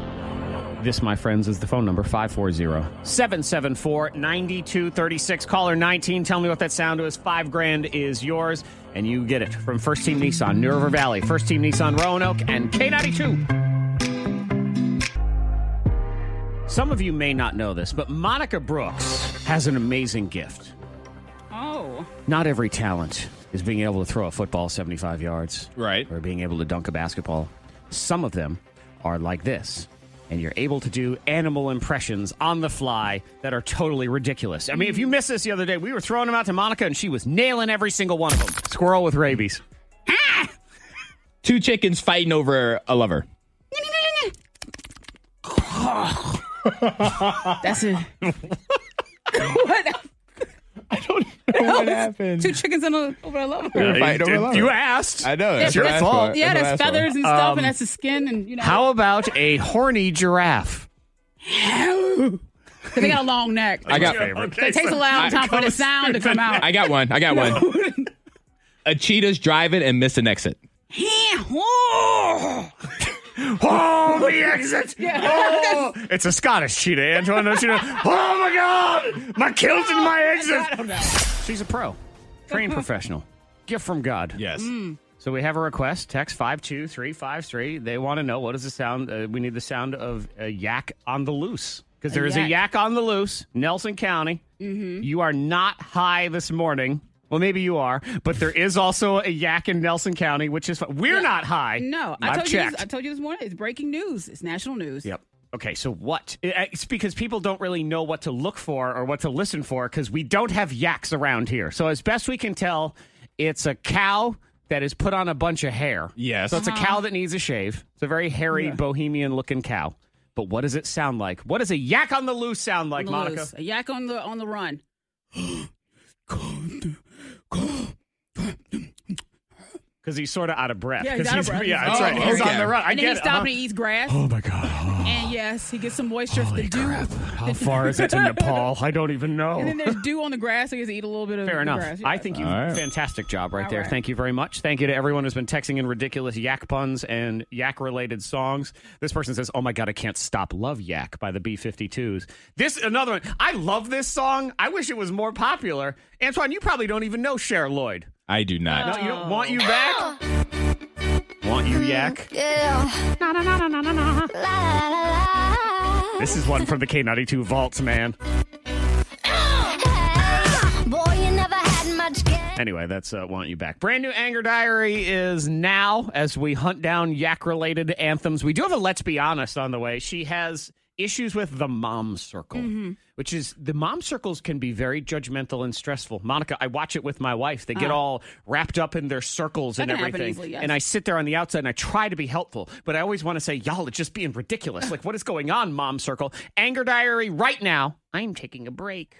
This, my friends, is the phone number 540 774 9236. Caller 19, tell me what that sound is. Five grand is yours, and you get it from First Team Nissan, New River Valley, First Team Nissan, Roanoke, and K92. Some of you may not know this, but Monica Brooks has an amazing gift. oh, Not every talent is being able to throw a football 75 yards Right. or being able to dunk a basketball. Some of them are like this. And you're able to do animal impressions on the fly that are totally ridiculous. I mean, if you missed this the other day, we were throwing them out to Monica and she was nailing every single one of them. Squirrel with rabies. Two chickens fighting over a lover. that's it. what? what happened? Two chickens and a over a lover. fighting over a lover. You asked. I know. That's your what I asked fault. for. Yeah, That's what that's I asked for. feathers and stuff, and that's the skin, and you know How about a horny giraffe? 'cause they got a long neck. I got it takes a long time for the sound to come out. I got one. I got one. A cheetah's driving and miss an exit. Oh, oh the exit. Oh, it's a Scottish cheetah, Antoine. No cheetah. Oh, my God. My kilt and my Oh, exit. She's a pro, trained professional, gift from God. Yes. So we have a request. Text 52353. They want to know what is the sound. Uh, we need the sound of a yak on the loose. Because there is a yak. yak Mm-hmm. on the loose, Nelson County. You are not high this morning. Well, maybe you are, but there is also a yak in Nelson County, which is we're not high. No, I I've told you. checked. This, I told you this morning. It's breaking news. It's national news. Yep. Okay, so what? It's because people don't really know what to look for or what to listen for because we don't have yaks around here. So, as best we can tell, it's a cow that is put on a bunch of hair. Yes. So, it's Uh-huh. a cow that needs a shave. It's a very hairy, bohemian looking cow. But what does it sound like? What does a yak on the loose sound like, On the Monica? loose. A yak on the on the run. Because he's sort of out of breath. Yeah, 'Cause he's out of breath. Yeah, that's Oh, right. He's okay. on the run. I and then get he it. stops Uh-huh. and he eats grass. Oh, my God. And yes, he gets some moisture Holy from the dew. crap. How far is it to Nepal? I don't even know. And then there's dew on the grass, so he has to eat a little bit of Fair the enough. grass. I think you All have right. fantastic job right All there. right. Thank you very much. Thank you to everyone who's been texting in ridiculous yak puns and yak related songs. This person says, "Oh my god, I can't stop Love Yak by the B52s." This another one. I love this song. I wish it was more popular. Antoine, you probably don't even know Cher Lloyd. I do not. No, you don't want you back? Oh. want you yak? Yeah. La la la la. This is one from the K92 vaults, man. Hey, boy, you never had much game. Anyway, that's uh, Want You Back. Brand new Anger Diary is now as we hunt down yak related anthems. We do have a Let's Be Honest on the way. She has issues with the mom circle, Mm-hmm. which is the mom circles can be very judgmental and stressful. Monica, I watch it with my wife. They get all wrapped up in their circles Oh. That and can happen everything. easily, yes. And I sit there on the outside and I try to be helpful, but I always want to say, y'all are just being ridiculous. like, what is going on, mom circle? Anger Diary right now. I'm taking a break.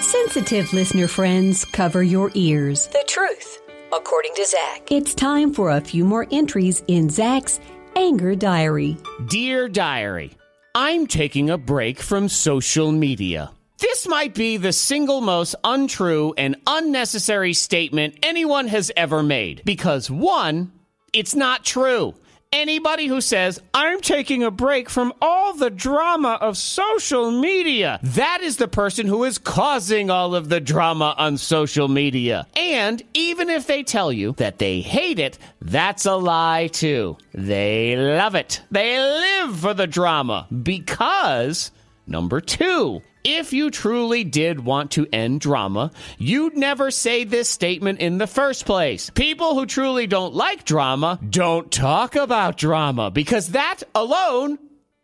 Sensitive listener friends, cover your ears. The truth, according to Zach. It's time for a few more entries in Zach's Anger Diary. Dear Diary, I'm taking a break from social media. This might be the single most untrue and unnecessary statement anyone has ever made because one, it's not true. Anybody who says, I'm taking a break from all the drama of social media, that is the person who is causing all of the drama on social media. And even if they tell you that they hate it, that's a lie too. They love it. They live for the drama because, number two, if you truly did want to end drama, you'd never say this statement in the first place. People who truly don't like drama don't talk about drama because that alone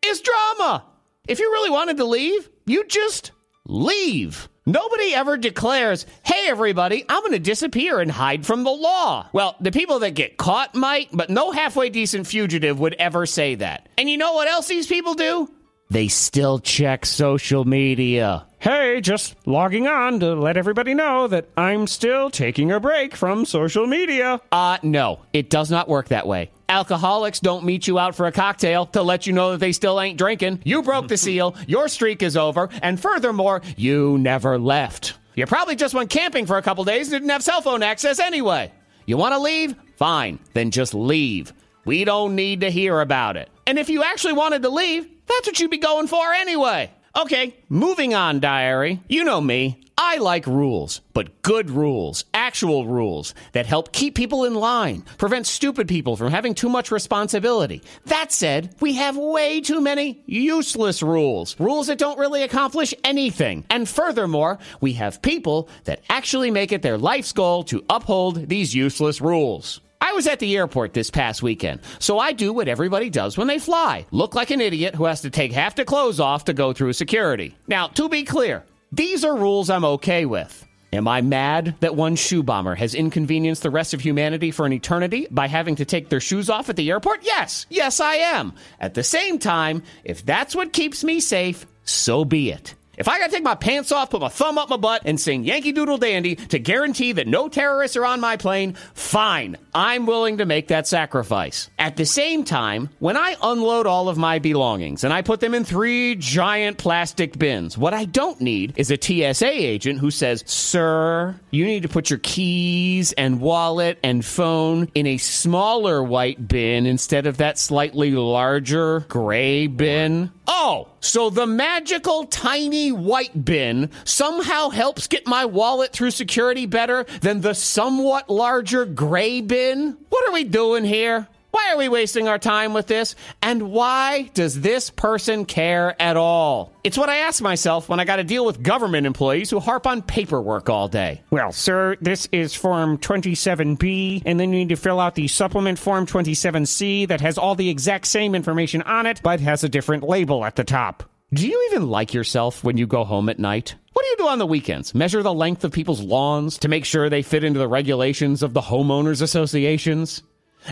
is drama. If you really wanted to leave, you just leave. Nobody ever declares, hey, everybody, I'm going to disappear and hide from the law. Well, the people that get caught might, but no halfway decent fugitive would ever say that. And you know what else these people do? They still check social media. Hey, just logging on to let everybody know that I'm still taking a break from social media. Uh, no, it does not work that way. Alcoholics don't meet you out for a cocktail to let you know that they still ain't drinking. You broke the seal, your streak is over, and furthermore, you never left. You probably just went camping for a couple days and didn't have cell phone access anyway. You want to leave? Fine, then just leave. We don't need to hear about it. And if you actually wanted to leave, that's what you'd be going for anyway. Okay, moving on, diary. You know me. I like rules, but good rules, actual rules that help keep people in line, prevent stupid people from having too much responsibility. That said, we have way too many useless rules, rules that don't really accomplish anything. And furthermore, we have people that actually make it their life's goal to uphold these useless rules. I was at the airport this past weekend, so I do what everybody does when they fly look like an idiot who has to take half the clothes off to go through security. Now, to be clear, these are rules I'm okay with. Am I mad that one shoe bomber has inconvenienced the rest of humanity for an eternity by having to take their shoes off at the airport? Yes, yes, I am. At the same time, if that's what keeps me safe, so be it. If I gotta take my pants off, put my thumb up my butt, and sing Yankee Doodle Dandy to guarantee that no terrorists are on my plane, fine. I'm willing to make that sacrifice. At the same time, when I unload all of my belongings and I put them in three giant plastic bins, what I don't need is a TSA agent who says, Sir, you need to put your keys and wallet and phone in a smaller white bin instead of that slightly larger gray bin. Oh, so the magical tiny white bin somehow helps get my wallet through security better than the somewhat larger gray bin? What are we doing here? Why are we wasting our time with this? And why does this person care at all? It's what I ask myself when I got to deal with government employees who harp on paperwork all day. Well, sir, this is Form 27B, and then you need to fill out the supplement Form 27C that has all the exact same information on it, but has a different label at the top. Do you even like yourself when you go home at night? What do you do on the weekends? Measure the length of people's lawns to make sure they fit into the regulations of the homeowners associations?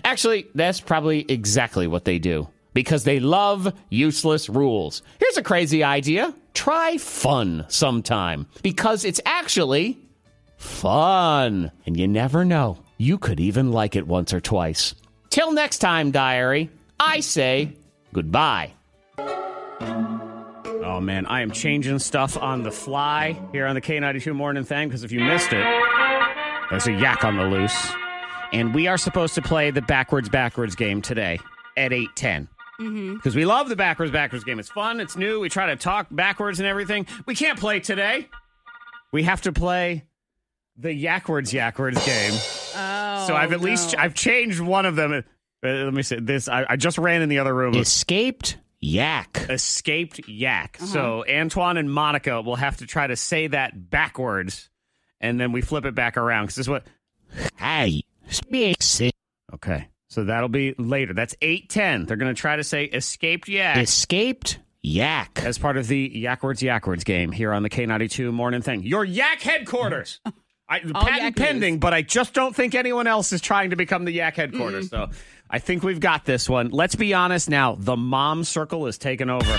Actually, that's probably exactly what they do because they love useless rules. Here's a crazy idea try fun sometime because it's actually fun. And you never know, you could even like it once or twice. Till next time, diary, I say goodbye. Oh man, I am changing stuff on the fly here on the K92 Morning Thing because if you missed it, there's a yak on the loose. And we are supposed to play the backwards backwards game today at 8:10. Mm-hmm. Because we love the backwards backwards game. It's fun, it's new. We try to talk backwards and everything. We can't play today. We have to play the Yakwards Yakwards game. Oh, so I've at least no. I've changed one of them. Uh, let me say this. I, I just ran in the other room. Escaped yak. Escaped yak. Uh-huh. So Antoine and Monica will have to try to say that backwards, and then we flip it back around. Because this is what. Hey, speaks it. Okay. So that'll be later. That's eight ten. They're going to try to say escaped yak. Escaped yak. As part of the Yakwards Yakwards game here on the K92 Morning Thing. Your yak headquarters. I, the All patent yak pending, but I just don't think anyone else is trying to become the yak headquarters. So I think we've got this one. Let's be honest now. The mom circle is taken over.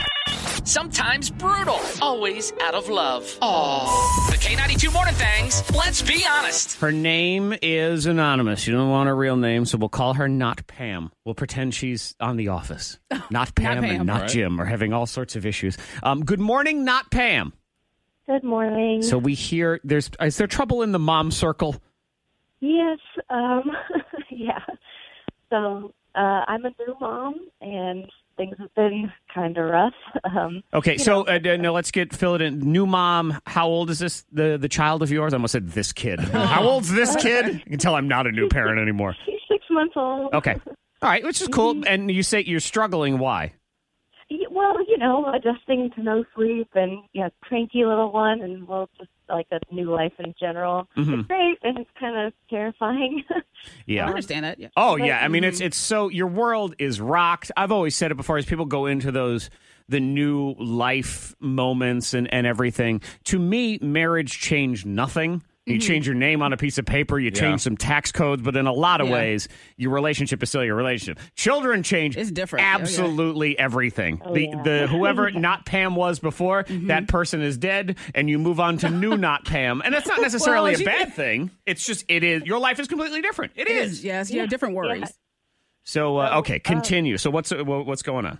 Sometimes brutal, always out of love. Aww. The K92 Morning Thangs, let's be honest. Her name is anonymous. You don't want her real name, so we'll call her not Pam. We'll pretend she's on the office. Not Pam, Pam. and not Right. Jim are having all sorts of issues. Um, good morning, not Pam. Good morning. So we hear there's is there trouble in the mom circle? yes, um, yeah. So uh, I'm a new mom, and things have been kind of rough. Um, Okay, so uh, d- now let's get fill it in. New mom, how old is this the the child of yours? I almost said this kid. how old's this kid? You can tell I'm not a new parent anymore. she's six months old. Okay, all right, which is cool. And you say you're struggling. Why? Y- Well, you know, adjusting to no sleep, and yeah, cranky little one, and well, just like a new life in general. Mhm. It's great, and it's kind of terrifying. Yeah. I understand that. Yeah. Oh yeah, I mean it's it's so your world is rocked. I've always said it before as people go into those the new life moments and and everything. To me, marriage changed nothing. You Mhm. change your name on a piece of paper, you change some tax codes, but in a lot of Yeah. ways, your relationship is still your relationship. Children change it's different. absolutely everything. Oh, the yeah. the whoever Yeah. not Pam was before, that person is dead and you move on to new not Pam. And that's not Well, necessarily as a you- bad thing. It's just it is your life is completely different. it is. Yes, you have different worries. So uh, um, okay, continue. so what's uh, wha- what's going on?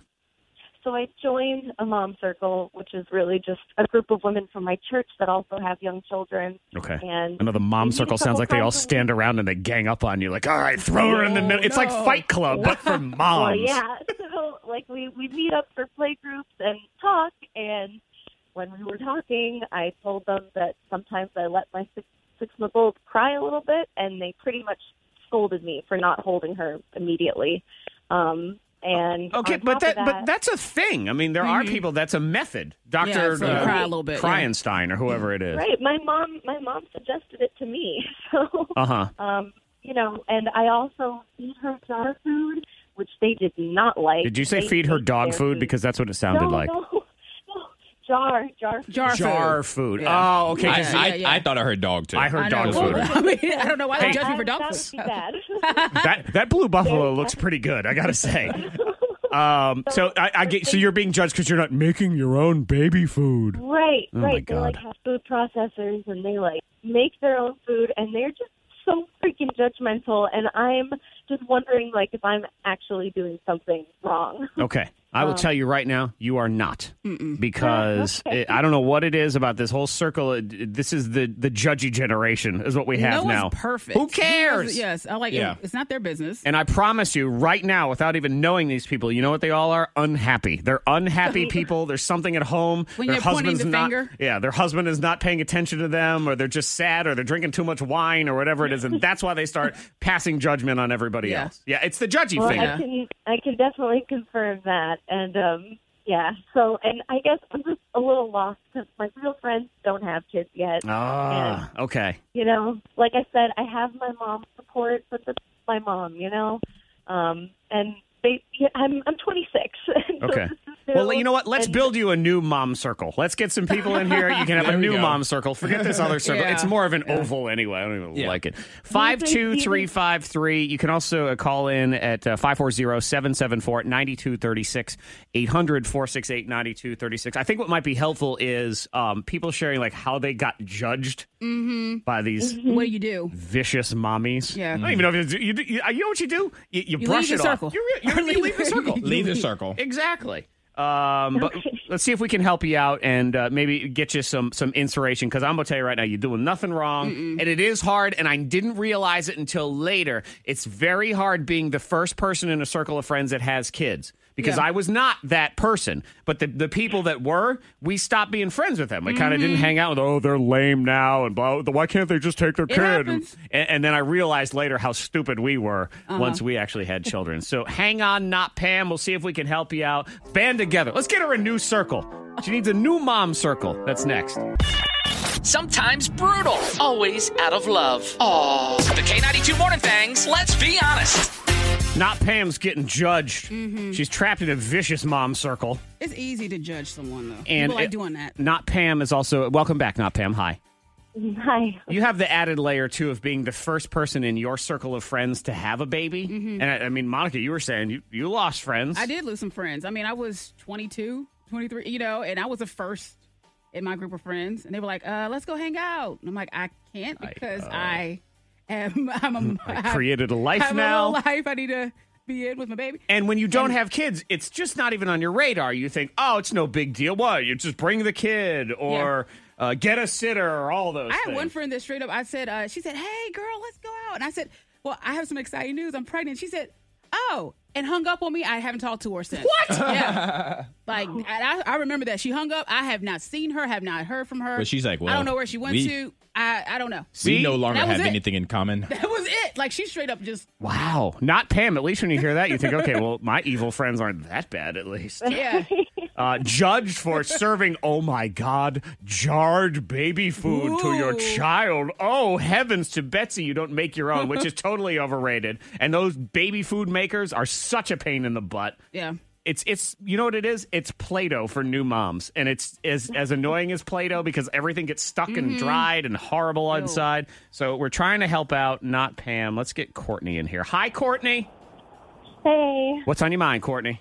So I joined a mom circle, which is really just a group of women from my church that also have young children. Okay, And I know the mom we meet a circle couple sounds like they all times a stand around and they gang up on you. Like, all right, throw her in the middle. It's like no. Fight Club, but for moms. Well, yeah. So like we we meet up for play groups and talk. And when we were talking, I told them that sometimes I let my six six month old cry a little bit, and they pretty much scolded me for not holding her immediately. Um, and Oh, Okay, on but top of Mm-hmm. that, but that's a thing. I mean, there are people. That's a method. Doctor uh, so you cry a little bit, yeah. Kryenstein or whoever it is. Right. My mom my mom suggested it to me. So Uh huh. um, you know, and I also feed her dog food, which they did not like. Did you say They feed her ate dog their food because that's what it sounded no, like? No, no. Jar, jar, food. Jar food. Yeah. Oh, okay. I, 'cause- I, I thought I heard dog too. I heard I know. dog food. I mean, I don't know why they Hey. judge me for dog food. that that blue buffalo looks pretty good. I gotta say. Um, so I, I get. So you're being judged because you're not making your own baby food. Right, Oh, my right. They like have food processors and they like make their own food and they're just so freaking judgmental and I'm just wondering like if I'm actually doing something wrong. Okay. I will Um, tell you right now, you are not because it, I don't know what it is about this whole circle. It- it- This is the the judgy generation is what we have no now. one's perfect. Who cares? Yes, I like Yeah. it. It's not their business. And I promise you, right now, without even knowing these people, you know what they all are? Unhappy. They're unhappy people. There's something at home. When their you're pointing husband's the not. finger. Yeah, their husband is not paying attention to them, or they're just sad, or they're drinking too much wine, or whatever it is, and that's why they start passing judgment on everybody Yeah. else. Yeah, it's the judgy well, thing. I can I can definitely confirm that, and um, yeah. So, and I guess I'm just a little lost because my real friends don't have kids yet. And, Ah, okay. you know, like I said, I have my mom's support, but that's my mom, you know, um, and they. Yeah, I'm I'm 26. and so Okay. this is new, Well, you know what? Let's and- build you a new mom circle. Let's get some people in here. You can have There a we new go. mom circle. Forget this other circle. Yeah. It's more of an oval anyway. I don't even like it. 52353. You can also uh, call in at 540 774 9236 800 468 9236. I think what might be helpful is um, people sharing like how they got judged Mm-hmm. by these What do you do? vicious mommies. Yeah. I don't even know if you, you, you, you know what you do? You, you, leave brush the it circle. off. You, re- you, you leave the circle. Leave the circle. Exactly. Um, but let's see if we can help you out and uh, maybe get you some some inspiration because I'm gonna tell you right now you're doing nothing wrong and it is hard and I didn't realize it until later. It's very hard being the first person in a circle of friends that has kids because Yeah. I was not that person. But the the people that were, we stopped being friends with them. We kind of didn't hang out with oh they're lame now and blah. Why can't they just take their kid? And, and then I realized later how stupid we were Uh-huh. once we actually had children. so hang on, not Pam. We'll see if we can help you out. Band together. Let's get her a new circle. She needs a new mom circle. That's next. Sometimes brutal, always out of love. Aww. The K92 Morning Thangs, let's be honest. Not Pam's getting judged. Mhm. She's trapped in a vicious mom circle. It's easy to judge someone though. And People like it- doing that. Not Pam is also welcome back. Not Pam. Hi. Hi. You have the added layer too of being the first person in your circle of friends to have a baby. Mhm. And I, I mean, Monica, you were saying you, you lost friends. I did lose some friends. I mean, I was 22, 23, you know, and I was the first in my group of friends, and they were like, uh, "Let's go hang out." And I'm like, "I can't because I, am. I'm a, I uh, created a life I have a now. little life I need to be in with my baby." And when you don't have kids, it's just not even on your radar. You think, oh, it's no big deal. What? You just bring the kid or uh, get a sitter or all those. I had things. one friend that straight up, I said, uh, she said, "Hey, girl, let's go out," and I said, "Well, I have some exciting news. I'm pregnant." She said, "Oh." And hung up on me. I haven't talked to her since. What? Yeah. like, and I, I remember that she hung up. I have not seen her. Have not heard from her. But she's like, I well, don't know where she went we- to. I, I don't know. we no longer That was have it. anything in common. That was it. Like she straight up just Wow. Not Pam. At least when you hear that, you think, okay, well, my evil friends aren't that bad, at least. yeah. Uh, judged for serving, oh my God, jarred baby food to your child. Oh, heavens to Betsy, you don't make your own, which is totally overrated. And those baby food makers are such a pain in the butt. Yeah. It's it's you know what it is? It's Play-Doh for new moms. And it's as as annoying as Play-Doh because everything gets stuck and Mhm. dried and horrible inside. So we're trying to help out, not Pam. Let's get Courtney in here. Hi, Courtney. Hey, What's on your mind, Courtney?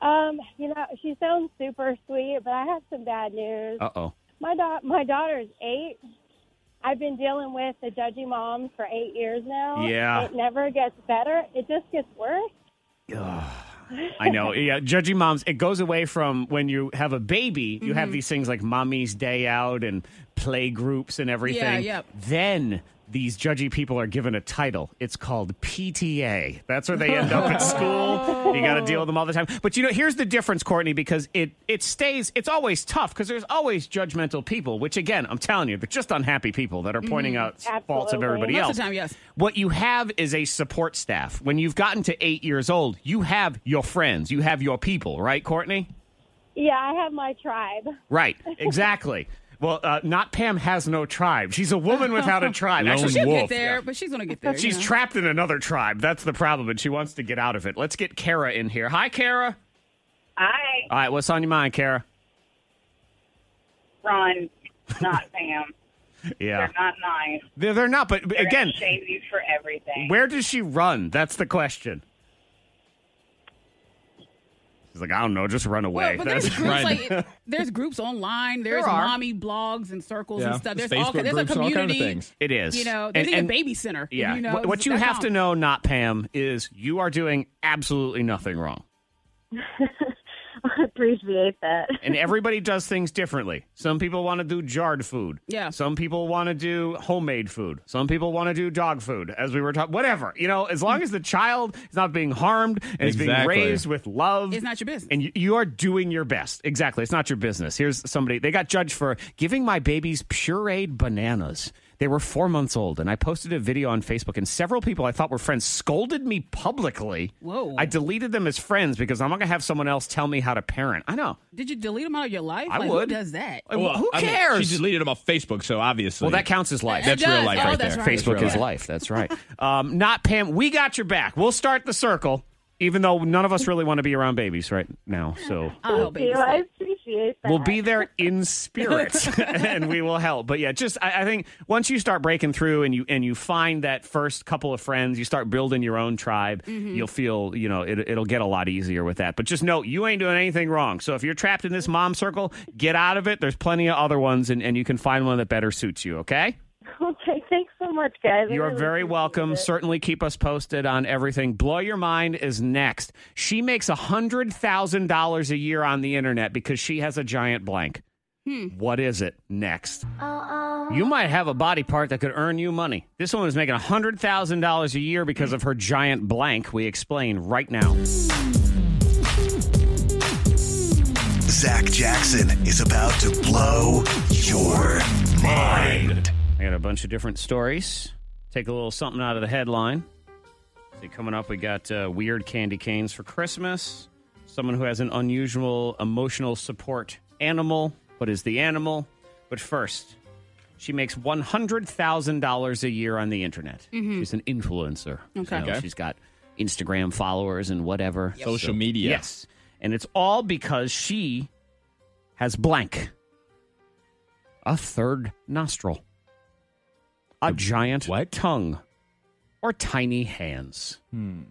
um, you know, she sounds super sweet, but I have some bad news. Uh oh. My da- my daughter's eight. I've been dealing with the judgy mom for eight years now. Yeah. it never gets better; it just gets worse. I know. Yeah, judging moms, it goes away from when you have a baby, Mm-hmm. you have these things like mommy's day out and play groups and everything. yep. Then these judgy people are given a title. It's called PTA. That's where they end up at school. You got to deal with them all the time. But you know, here's the difference, Courtney, because it it stays. It's always tough because there's always judgmental people. Which again, I'm telling you, they're just unhappy people that are pointing Mhm. out faults of Absolutely. everybody Most of else. the time, yes. What you have is a support staff. When you've gotten to eight years old, you have your friends, you have your people, right, Courtney? Yeah, I have my tribe. Right, exactly. well, uh, not Pam has no tribe. She's a woman without a tribe. Actually, she'll wolf. get there, but she's gonna get there. She's you know. trapped in another tribe. That's the problem, and she wants to get out of it. Let's get Kara in here. Hi, Kara. Hi, All right, what's on your mind, Kara? Ron, not Pam. Yeah. They're not nice. They're, they're not, but They're again, gonna shame you for everything. where does she run? That's the question. She's like, I don't know, just run away. But there's That's- groups like there's groups online. There's There are. mommy blogs and circles Yeah. and stuff. There's There's all Facebook there's a groups, all kind community. of things. It is. You know, And- there's even and- baby center. Yeah. You know, what, what you that's have all. to know, not Pam, is you are doing absolutely nothing wrong. I appreciate that. And everybody does things differently. Some people want to do jarred food. Yeah. Some people want to do homemade food. Some people want to do dog food, as we were talking. Whatever. You know, as Mm. long as the child is not being harmed and is being Exactly. raised with love. It's not your business. And you, you are doing your best. Exactly. It's not your business. Here's somebody, they got judged for giving my babies pureed bananas. They were four months old, and I posted a video on Facebook, and several people I thought were friends scolded me publicly. Whoa. I deleted them as friends because I'm not going to have someone else tell me how to parent. I know. Did you delete them out of your life? I like, would. Who does that? who I mean, cares? Oh, she deleted him off Facebook, so obviously. Well, that counts as life. That's real Oh, life right there. Facebook That's real is life. That's right. um, not Pam. We got your back. We'll start the circle, even though none of us really want to be around babies right now. So Thank you. I appreciate that. We'll be there in spirit, and we will help. But yeah, just I, I think once you start breaking through and you and you find that first couple of friends, you start building your own tribe. Mhm. You'll feel you know it, it'll get a lot easier with that. But just know you ain't doing anything wrong. So if you're trapped in this mom circle, get out of it. There's plenty of other ones, and, and you can find one that better suits you. Okay. Okay, thanks so much, guys. I You are really very appreciate welcome. it. Certainly keep us posted on everything. Blow Your Mind is next. She makes $100,000 a year on the internet because she has a giant blank. What is it next? You might have a body part that could earn you money. This woman is making $100,000 a year because of her giant blank. We explain right now. Zach Jackson is about to blow your mind. I got a bunch of different stories. Take a little something out of the headline. See, coming up, we got uh, weird candy canes for Christmas. Someone who has an unusual emotional support animal. What is the animal? But first, she makes one hundred thousand dollars a year on the internet. Mhm. She's an influencer. Okay. So Okay. she's got Instagram followers and whatever. Yep. Social media. Yes, and it's all because she has blank a third nostril. a giant what? tongue or tiny hands? Hmm.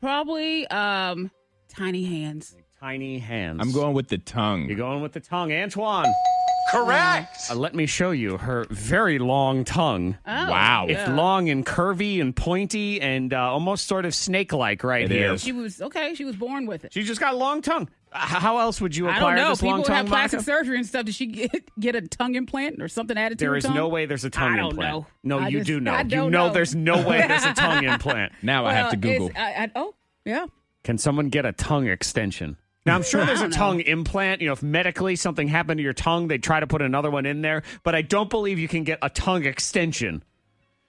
Probably um, tiny hands. Tiny hands. I'm going with the tongue. You're going with the tongue, Antoine. Correct. Uh, let me show you her very long tongue. Oh, Wow. It's yeah. long and curvy and pointy and uh, almost sort of snake-like right here. She was okay. She was born with it. She just got a long tongue. Uh, How else would you I acquire don't know. this People long who tongue, have plastic Monica? surgery and stuff. Did she get get a tongue implant or something added to There her is tongue? no way there's a tongue I don't implant. know. No, I you just- do know. I you don't know, know. there's no way there's a tongue implant. Now Well, it's- I, I, oh, yeah. Can someone get a tongue extension? Now I'm sure I there's a don't know. tongue implant. You know, if medically something happened to your tongue, they try to put another one in there. But I don't believe you can get a tongue extension.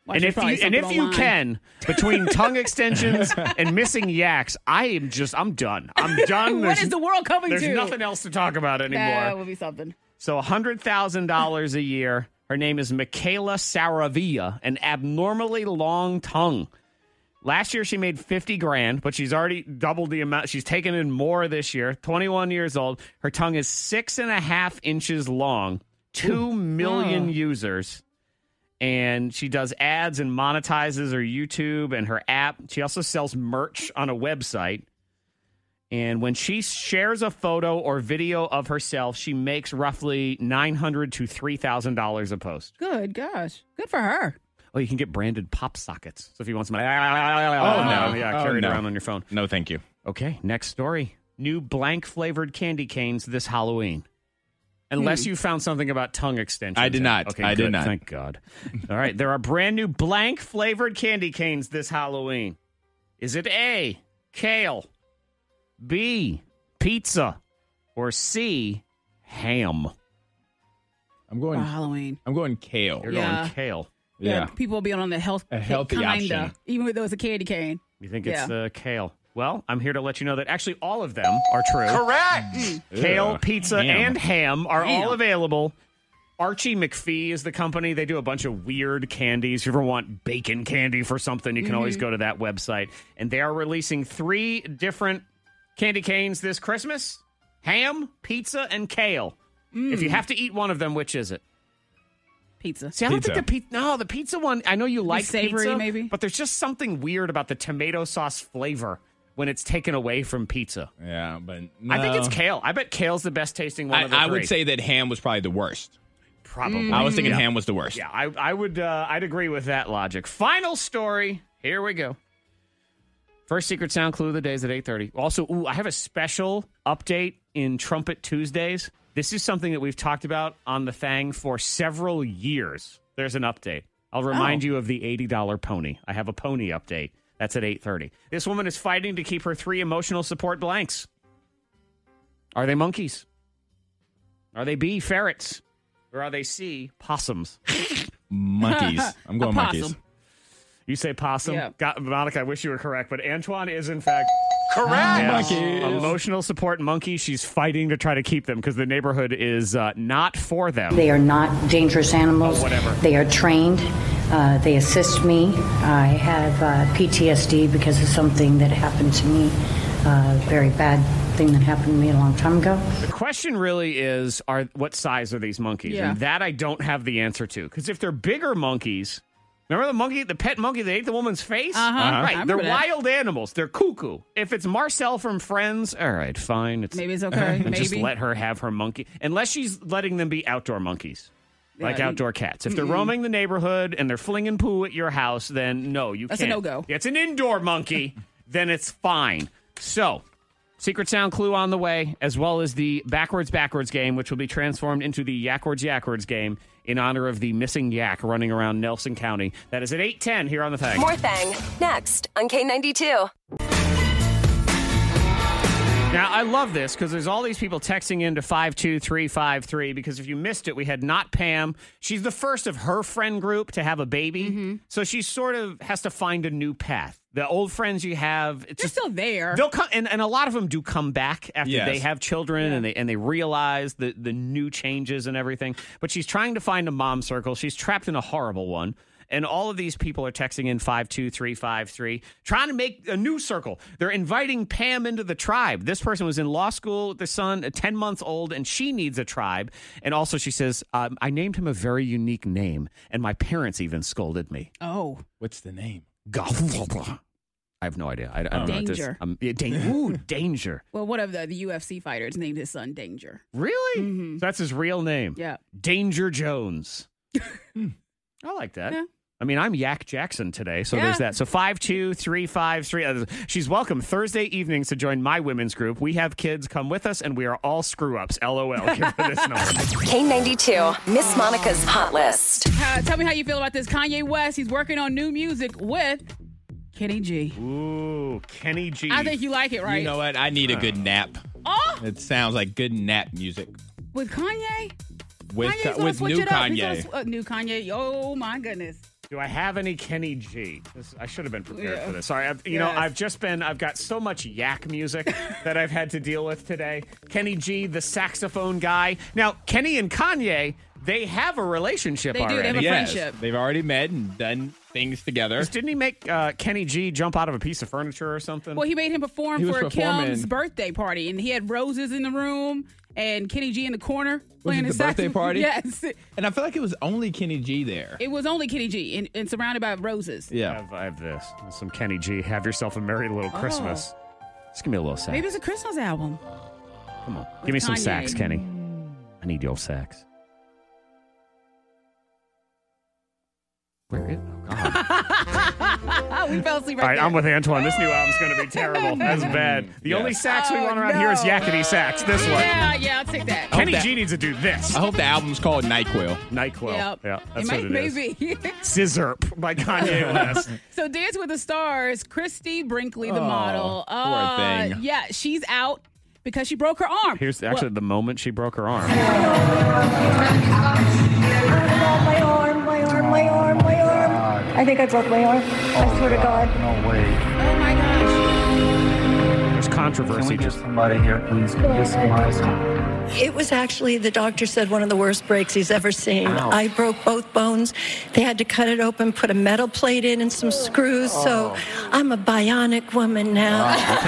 Watch, and there's if you probably and if something you online. can, between tongue extensions and missing yaks, I am just I'm done. I'm done. What There's- is the world coming there's to? nothing else to talk about anymore. That would be something. So $100,000 a year. Her name is Michaela Saravia, an abnormally long tongue. Last year she made 50 grand, but she's already doubled the amount. She's taken in more this year. 21 years old. Her tongue is six and a half inches long, Two million Oh. users. And she does ads and monetizes her YouTube and her app. She also sells merch on a website. And when she shares a photo or video of herself, she makes roughly nine hundred to three thousand dollars a post. Good gosh, good for her. Oh, you can get branded pop sockets. So if you want somebody, oh no. yeah, Oh, carry it no. around on your phone. No, thank you. Okay, next story: new blank flavored candy canes this Halloween. Unless Hmm. you found something about tongue extensions, I did not. Okay, I did good. not. Thank God. All right, there are brand new blank flavored candy canes this Halloween. Is it A, kale, B, pizza, or C, ham? I'm going For Halloween. I'm going kale. You're Yeah. going kale. People will be on the health A healthy kinda, option. even though it's a candy cane. You think it's Yeah. uh, kale? Well, I'm here to let you know that actually all of them are true. Correct. Kale, Ugh. pizza, Ham. and ham are Ham. all available. Archie McPhee is the company. They do a bunch of weird candies. If you ever want bacon candy for something, you can always Mhm. go to that website. And they are releasing three different candy canes this Christmas ham, pizza, and kale. If you Mm. have to eat one of them, which is it? Pizza. See, I don't think the pizza. No, the pizza one. I know you like savory, pizza, maybe? but there's just something weird about the tomato sauce flavor when it's taken away from pizza. Yeah, but I think it's no. kale. I bet kale's the best tasting one. I, of the I would three. say that ham was probably the worst. probably. I was thinking Mm. ham was the worst. Mm-hmm. Yeah, I, I would. Uh, I'd agree with that logic. Final story. Here we go. First secret sound clue of the day is at eight thirty. Also, ooh, I have a special update in Trumpet Tuesdays. This is something that we've talked about on the Thang for several years. There's an update. I'll remind Oh. you of the eighty dollar pony. I have a pony update. That's at eight thirty. This woman is fighting to keep her three emotional support blanks. Are they monkeys? Are they B ferrets? Or are they C possums? Monkeys. I'm going A possum. monkeys. You say possum? Yeah. God, Monica, I wish you were correct, but Antoine is in fact Correct. Ah, Yes. Monkeys. Emotional support monkey. She's fighting to try to keep them because the neighborhood is uh, not for them. They are not dangerous animals. Oh, whatever. They are trained. Uh, they assist me. I have uh, PTSD because of something that happened to me, uh, very bad thing that happened to me a long time ago. The question really is: Are what size are these monkeys? Yeah. And that I don't have the answer to because if they're bigger monkeys, remember the monkey, the pet monkey that ate the woman's face? Uh-huh. Uh-huh. I Right. They're remember that. wild animals. They're cuckoo. If it's Marcel from Friends, all right, fine. It's, Maybe it's okay. Just Maybe. let her have her monkey, unless she's letting them be outdoor monkeys. Like Yeah, you- outdoor cats. If they're Mm-mm. roaming the neighborhood and they're flinging poo at your house, then no, you That's a can't. no-go. It's an indoor monkey, then it's fine. So, secret sound clue on the way, as well as the backwards backwards game, which will be transformed into the yakwards yakwards game in honor of the missing yak running around Nelson County. That is at eight ten here on the thing. More Thang next on K92. Now, I love this because there's all these people texting into 52353 because if you missed it, we had Not Pam. She's the first of her friend group to have a baby. So she sort of has to find a new path. The old friends you have, it's just, Still there. they'll come, and, and a lot of them do come back after Yes. they have children and they and they realize the the new changes and everything. But she's trying to find a mom circle. She's trapped in a horrible one. And all of these people are texting in 52353, trying to make a new circle. They're inviting Pam into the tribe. This person was in law school with their son, a 10 months old, and she needs a tribe. And also, she says, um, I named him a very unique name, and my parents even scolded me. Oh. What's the name? I have no idea. I, I don't know what this- Danger. um, yeah, dan- ooh, danger. Well, one of the, the UFC fighters named his son Danger. Really? So that's his real name. Mm-hmm. Yeah. Danger Jones. Hmm. I like that. I mean, I'm Yak Jackson today, so there's Yeah. that. So five two three five three. uh, She's welcome Thursday evenings to join my women's group. We have kids come with us, and we are all screw ups. LOL. Give her this number. K92, Miss Monica's Hot List. Uh, tell me how you feel about this. Kanye West, he's working on new music with Kenny G. Ooh, Kenny G. I think you like it, right? You know what? I need a good nap. Oh, It sounds like good nap music with Kanye? with Kanye's gonna with switch new it up. He's gonna Kanye. sw- uh, new Kanye. Oh, my goodness. Do I have any Kenny G? This, I should have been prepared Yeah. for this. Sorry, I've, you know, Yes. I've just been, I've got so much yak music that I've had to deal with today. Kenny G, the saxophone guy. Now, Kenny and Kanye, they have a relationship They do. They already. have a Yes. friendship. They've already met and done things together. Didn't he make uh, Kenny G jump out of a piece of furniture or something? Well, he made him perform He was for performing. Kim's birthday party, and he had roses in the room and Kenny G in the corner Was playing it his the birthday saxophone. party? Yes, And I feel like it was only Kenny G there. it was only Kenny G and, and surrounded by roses. Yeah. I have, I have this. Some Kenny G. Have yourself a merry little Christmas. Just give me a little sax. Oh. Maybe it's a Christmas album. Come on. Give me some Kanye. sax, Kenny. I need your sax. Where is oh god. we fell asleep All right, right, there. I'm with Antoine. This new album's going to be terrible. That's bad. The only sax we want around here is yakety sax. This one. Oh, Yeah, yeah, I'll take that. Kenny G needs to do this. I hope the album's called NyQuil. NyQuil. Yep. Yeah, It that's might, what it is. maybe. Scissorp by Kanye West. So Dance with the Stars, Christy Brinkley, the Oh, model. poor Uh, thing. Yeah, she's out because she broke her arm. Here's Well- actually the moment she broke her arm. My arm, my arm, my arm, my arm. I think I broke my arm. I swear to God. No way. Oh my gosh. There's controversy. Just somebody here, please. Can we get somebody? It was actually, the doctor said, one of the worst breaks he's ever seen. Ow. I broke both bones. They had to cut it open, put a metal plate in and some screws. So I'm a bionic woman now. She doesn't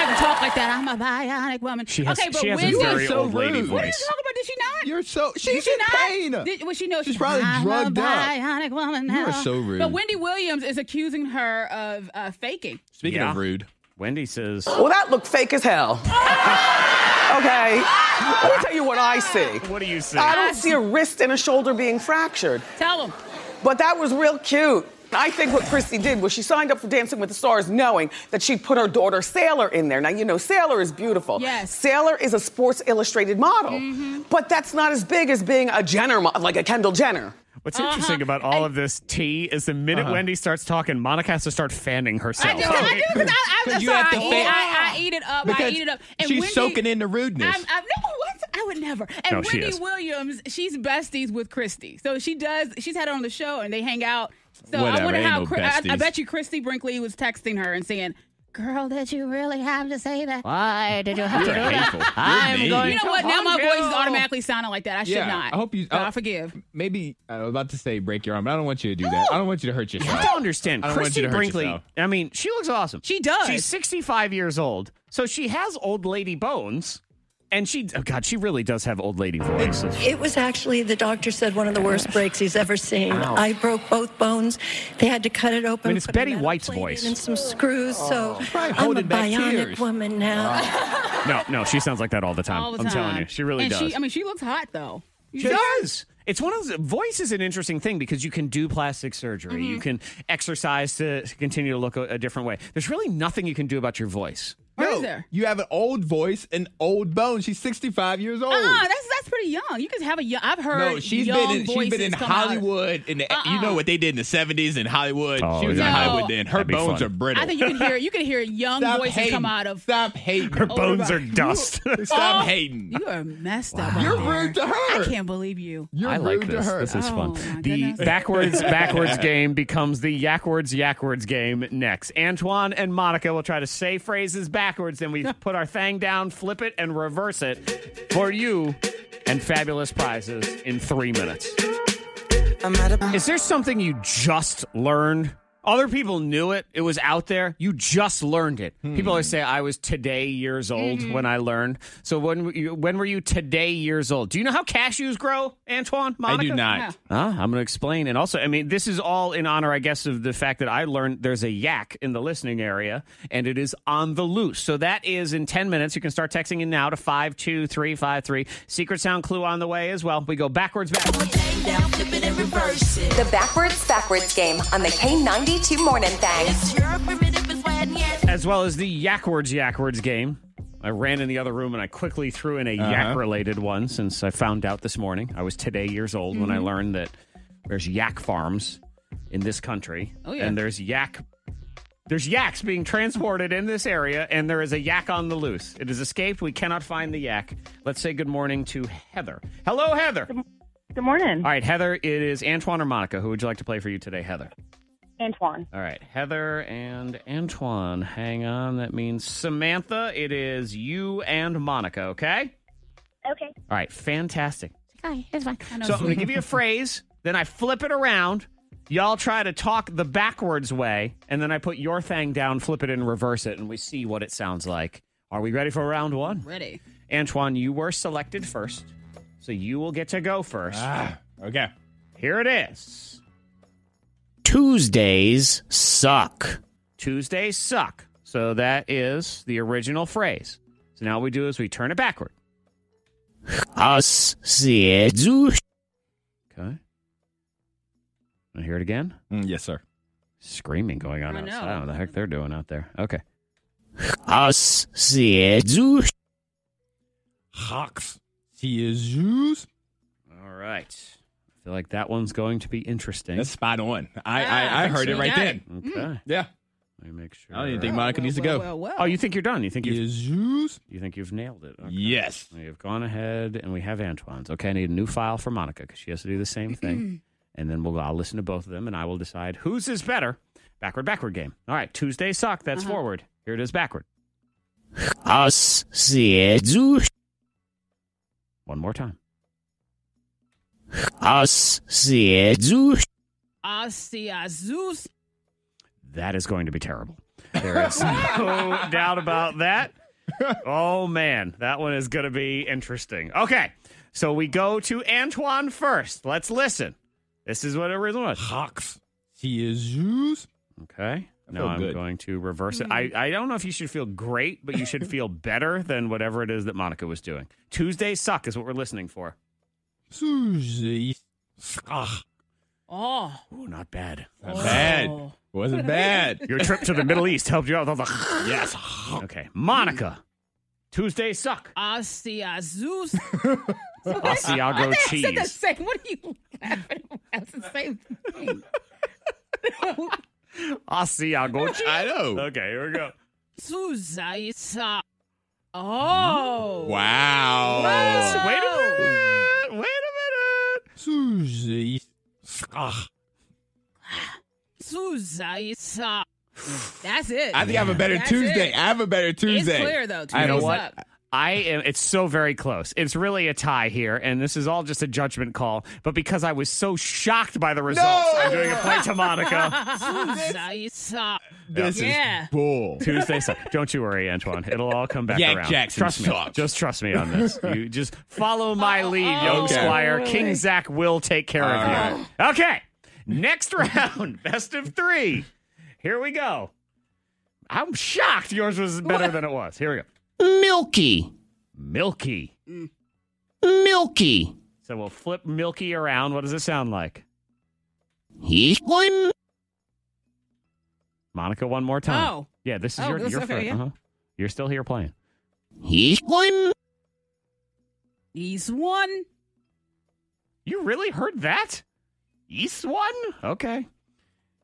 have to talk like that. I'm a bionic woman. She has- okay, but she has a when very so old lady rude. What are you voice. talking about? Did she not? You're so Did she's she in not? pain. Did, well, she knows She's she's probably I'm drugged a up. bionic woman. You are now. so rude. But Wendy Williams is accusing her of uh, faking. Speaking of rude, Wendy says, Well, that looked fake as hell. okay. Let me tell you what Oh, I see. What do you see? I don't see a wrist and a shoulder being fractured. Tell them. But that was real cute. I think what Christy did was she signed up for Dancing with the Stars knowing that she put her daughter Sailor in there. Now, you know, Sailor is beautiful. Yes. Sailor is a Sports Illustrated model. But that's not as big as being a Jenner, mo- like a Kendall Jenner. What's Uh-huh. interesting about all of this tea is the minute Wendy starts talking, Monica has to start fanning herself. I do. I do. 'cause I, I, 'Cause am you sorry. have I, to eat, fit. I, I eat it up. I Because eat it up. And she's Wendy, soaking in the rudeness. I'm, I'm, no, what? I would never. And No, she Wendy is. Williams, she's besties with Christy. So she does. She's had her on the show, and they hang out. So I Whatever, wonder ain't how. no Chri- I, I besties. bet you Christy Brinkley was texting her and saying. Girl, did you really have to say that? Why did you have You're to do that? hateful. You're I'm mean. going You know to what? Now my hunt voice you. is automatically sounding like that. I should not. I hope you. But I oh, forgive. Maybe I was about to say break your arm, but I don't want you to do that. I don't want you to hurt yourself. I don't understand. I don't want Christy you to hurt Brinkley. yourself. I mean, she looks awesome. She does. She's 65 years old, so she has old lady bones, and she. Oh God, she really does have old lady voice. It was actually, the doctor said, one of the worst breaks he's ever seen. Ow. I broke both bones. They had to cut it I open. mean, it's put a Betty metal White's plate in voice. And some screws. So She's probably I'm a holding back bionic tears. woman now. No, no, she sounds like that all the time. All the I'm time. telling you, she really and does. She, I mean, she looks hot though. She does. It's one of those voice is an interesting thing because you can do plastic surgery, Mm-hmm. you can exercise to to continue to look a, a different way. There's really nothing you can do about your voice. No, you have an old voice and old bones. She's 65 years old. Uh, that's that's pretty young. You can have a young. I've heard. no, she's young been in, she's been voices in come Uh-uh. out. Hollywood. In the, You know what they did in the 70s in Hollywood? Oh, she was yeah. in No. Hollywood then. Her That'd be bones fun. are brittle. I think you can hear you can hear young Stop voices hating. come out of. Stop hating. Her bones are dust. Stop Oh, hating. You are messed up. Wow. out You're there. rude to her. I can't believe you. I like this. This is fun. The goodness. backwards backwards game becomes the yakwards yakwards game next. Antoine and Monica will try to say phrases backwards, then we put our thing down, flip it, and reverse it for you and fabulous prizes in three minutes. Is there something you just learned? Other people knew it. It was out there. You just learned it. People always say I was today years old when I learned. So when were you, when were you today years old? Do you know how cashews grow, Antoine? I do Monica? not. Ah, I'm going to explain. And also, I mean, this is all in honor, I guess, of the fact that I learned there's a yak in the listening area and it is on the loose. So that is in 10 minutes. You can start texting in now to 52353. Secret sound clue on the way as well. We go backwards back. The backwards backwards game on the K92 Morning Thing. As well as the yak words, yak words game. I ran in the other room and I quickly threw in a Uh-huh. yak related one since I found out this morning. I was today years old when I Mhm. learned that there's yak farms in this country. Oh, yeah. And there's yak there's yaks being transported in this area and there is a yak on the loose. It has escaped. We cannot find the yak. Let's say good morning to Heather. Hello, Heather. Good morning. All right, Heather, it is Antoine or Monica. Who would you like to play for you today, Heather? Antoine. All right, Heather and Antoine, hang on. That means Samantha. It is you and Monica, okay? Okay. All right, fantastic. Hi, it's fine. So I'm going to give you a phrase, then I flip it around. Y'all try to talk the backwards way, and then I put your thing down, flip it, and reverse it, and we see what it sounds like. Are we ready for round one? Ready. Antoine, you were selected first, so you will get to go first. Ah, okay. Here it is. Tuesdays suck. Tuesdays suck. So that is the original phrase. So now what we do is we turn it backward. Us see Okay. Want to hear it again? Mm, yes, sir. Screaming going on I outside. know. I don't know what the heck they're doing out there. Okay. Us see Hawks. Jesus. All right. I feel like that one's going to be interesting. That's spot on. I, Ah, I, I heard she it right got then. it. Okay. Yeah. Let me make sure. I don't even think Monica needs to go. Oh, you think you're done? You think you've you think you've nailed it? Yes. You've gone ahead, and we have Antoine's. Okay, I need a new file for Monica because she has to do the same thing, and then we'll I'll listen to both of them, and I will decide whose is better. Backward, backward game. All right, Tuesday suck. That's Uh-huh. forward. Here it is, backward. Us see One more time. Us see I see a Zeus. That is going to be terrible. There is no doubt about that. Oh man, that one is going to be interesting. Okay, so we go to Antoine first. Let's listen. This is what it originally was. Hawks. He is Zeus. Okay. Now feel I'm good. going to reverse it. I, I don't know if you should feel great, but you should feel better than whatever it is that Monica was doing. Tuesday suck is what we're listening for. Tuesday suck. Oh. Ooh, not bad. Not bad. Wasn't bad. Your trip to the Middle East helped you out. with all the- yes. Okay. Monica. Tuesday suck. I see a Zeus. Asiago I think I said the cheese. same. What are you laughing about? It's the same thing. Asiago cheese. I know. Okay, here we go. Zeus, I saw. Oh. Wow. Wait a minute. Wait a minute. Susie. Ah. Zeus, I saw. That's it. I think I have a better That's Tuesday. it. I have a better Tuesday. clear, though. I know Tuesday's what. up. I am. It's so very close. It's really a tie here, and this is all just a judgment call. But because I was so shocked by the results, I'm doing a play to Monica. Zeus, I saw. This is yeah. Bull. Tuesday suck. Don't you worry, Antoine. It'll all come back Yak around. Jackson trust me. sucks. Just trust me on this. You just follow my lead, young Oh, Okay. squire. Really? King Zach will take care All of you. Okay. Next round, best of three. Here we go. I'm shocked yours was better than it was. Here we go. Milky. Milky. Milky. So we'll flip Milky around. What does it sound like? He Monica, one more time. Oh. Yeah, this is Oh, your, this- your okay, first. yeah. Uh-huh. You're still here playing. He's one. He's one. You really heard that? East one? Okay.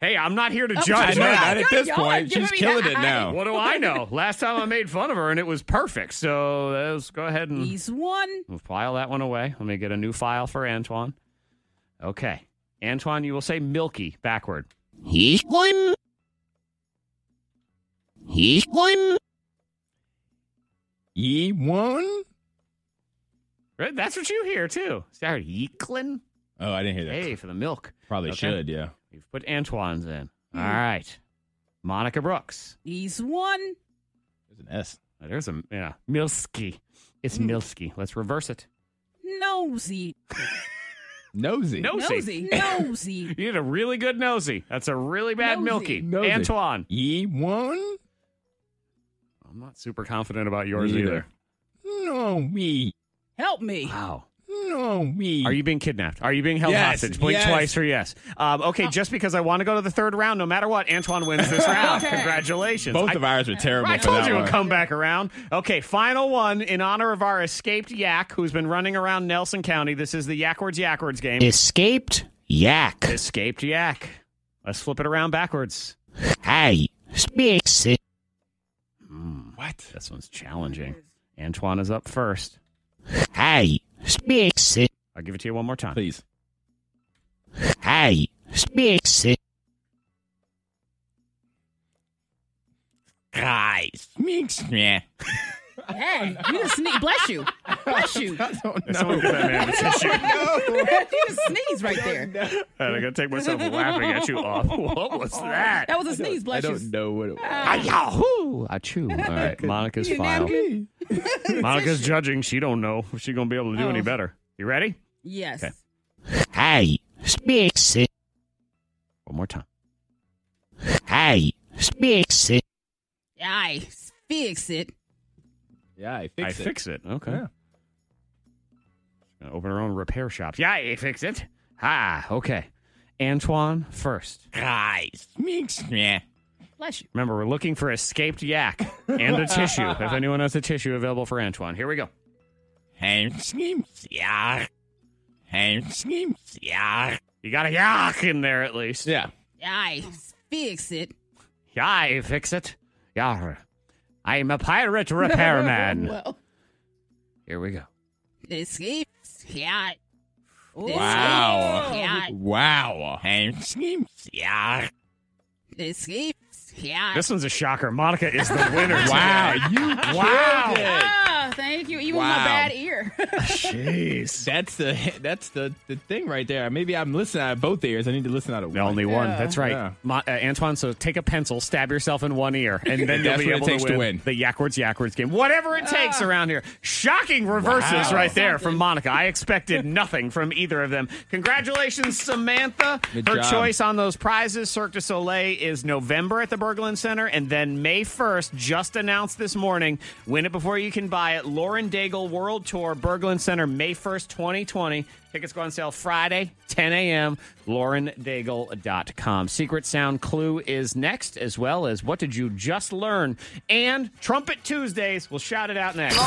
Hey, I'm not here to Oh, judge. I know, her. not at this Y'all are point. giving She's me killing the it now. eye. What do I know? Last time I made fun of her and it was perfect. So uh, let's go ahead Mm. and He's one. we'll file that one away. Let me get a new file for Antoine. Okay. Antoine, you will say milky backward. He's one. He's one. E Ye one. Right, that's what you hear too. Sorry, Yeeklin. Oh, I didn't hear that. Hey, for the milk. Probably Okay. should, yeah. Hmm. We've put Antoine's in. All right. Monica Brooks. He's one. There's an S. There's a, yeah. Milski. It's Milski. Let's reverse it. Nosy. Nosy. Nosy. Nosy. you need a really good nosy. That's a really bad milky. Antoine. Ye E one? I'm not super confident about yours Me either. either. No, me. Help me. Wow. No, me. Are you being kidnapped? Are you being held Yes, hostage? Blink yes. twice for yes. Um, okay, just because I want to go to the third round, no matter what, Antoine wins this round. Okay. Congratulations. Both I- of ours were terrible I for told that you one. it'd come back around. Okay, final one in honor of our escaped yak who's been running around Nelson County. This is the Yakwards Yakwards game. Escaped yak. Escaped yak. Let's flip it around backwards. Hey, speaks it. What? This one's challenging. Antoine is up first. Hey, speaks it. I'll give it to you one more time. Please. Hey, speaks it. Guys. Minx, yeah. Hey, you just sneeze. Bless you. Bless you. Someone get that man a tissue. you just sneeze right there. And I gotta take myself laughing at you off. What was that? That was a sneeze. I Bless you. don't know what it was. Yahoo! I chew. All right, Monica's You final. napkin? Monica's judging. She don't know if she's gonna be able to do any Oh. better. You ready? Yes. Okay. Hey, speaks it. One more time. Hey, speaks it. I fix it. Yeah, I fix I it. fix it. Okay. Yeah. She's gonna open her own repair shop. Yeah, I fix it. Ah, okay. Antoine first. Guys. Minx, yeah. Bless you. Remember, we're looking for escaped yak and a tissue. If anyone has a tissue available for Antoine, here we go. Hey, schemes, yeah. Hey, schemes, yeah. You got a yak in there at least. Yeah. I fix it. Yeah, I fix it. Yeah. I'm a pirate repairman. well, Here we go. escapes. Yeah. Wow. Yeah. Wow. Hey, schemes, yeah. Escapes. Yeah. This one's a shocker. Monica is the winner. Wow, today. you Wow. killed it. Ah, thank you. Even with Wow. my bad ear. Jeez. That's the that's the, the thing right there. Maybe I'm listening out of both ears. I need to listen out of The only one. That's right. Yeah. Mo- uh, Antoine, so take a pencil, stab yourself in one ear, and then you'll That's be what it able takes to, to win win. the Yakwards Yakwards game. Whatever it Ah. takes around here. Shocking reverses Wow. right there from Monica. I expected nothing from either of them. Congratulations, Samantha. Good Her job. choice on those prizes. Cirque du Soleil is November at the Berglund Center, and then May 1st, just announced this morning. Win it before you can buy it. Lauren Daigle World Tour, Berglund Center, May 1st, 2020. Tickets go on sale Friday, 10 a.m. LaurenDaigle.com. Secret Sound Clue is next, as well as What Did You Just Learn? And Trumpet Tuesdays. We'll shout it out next.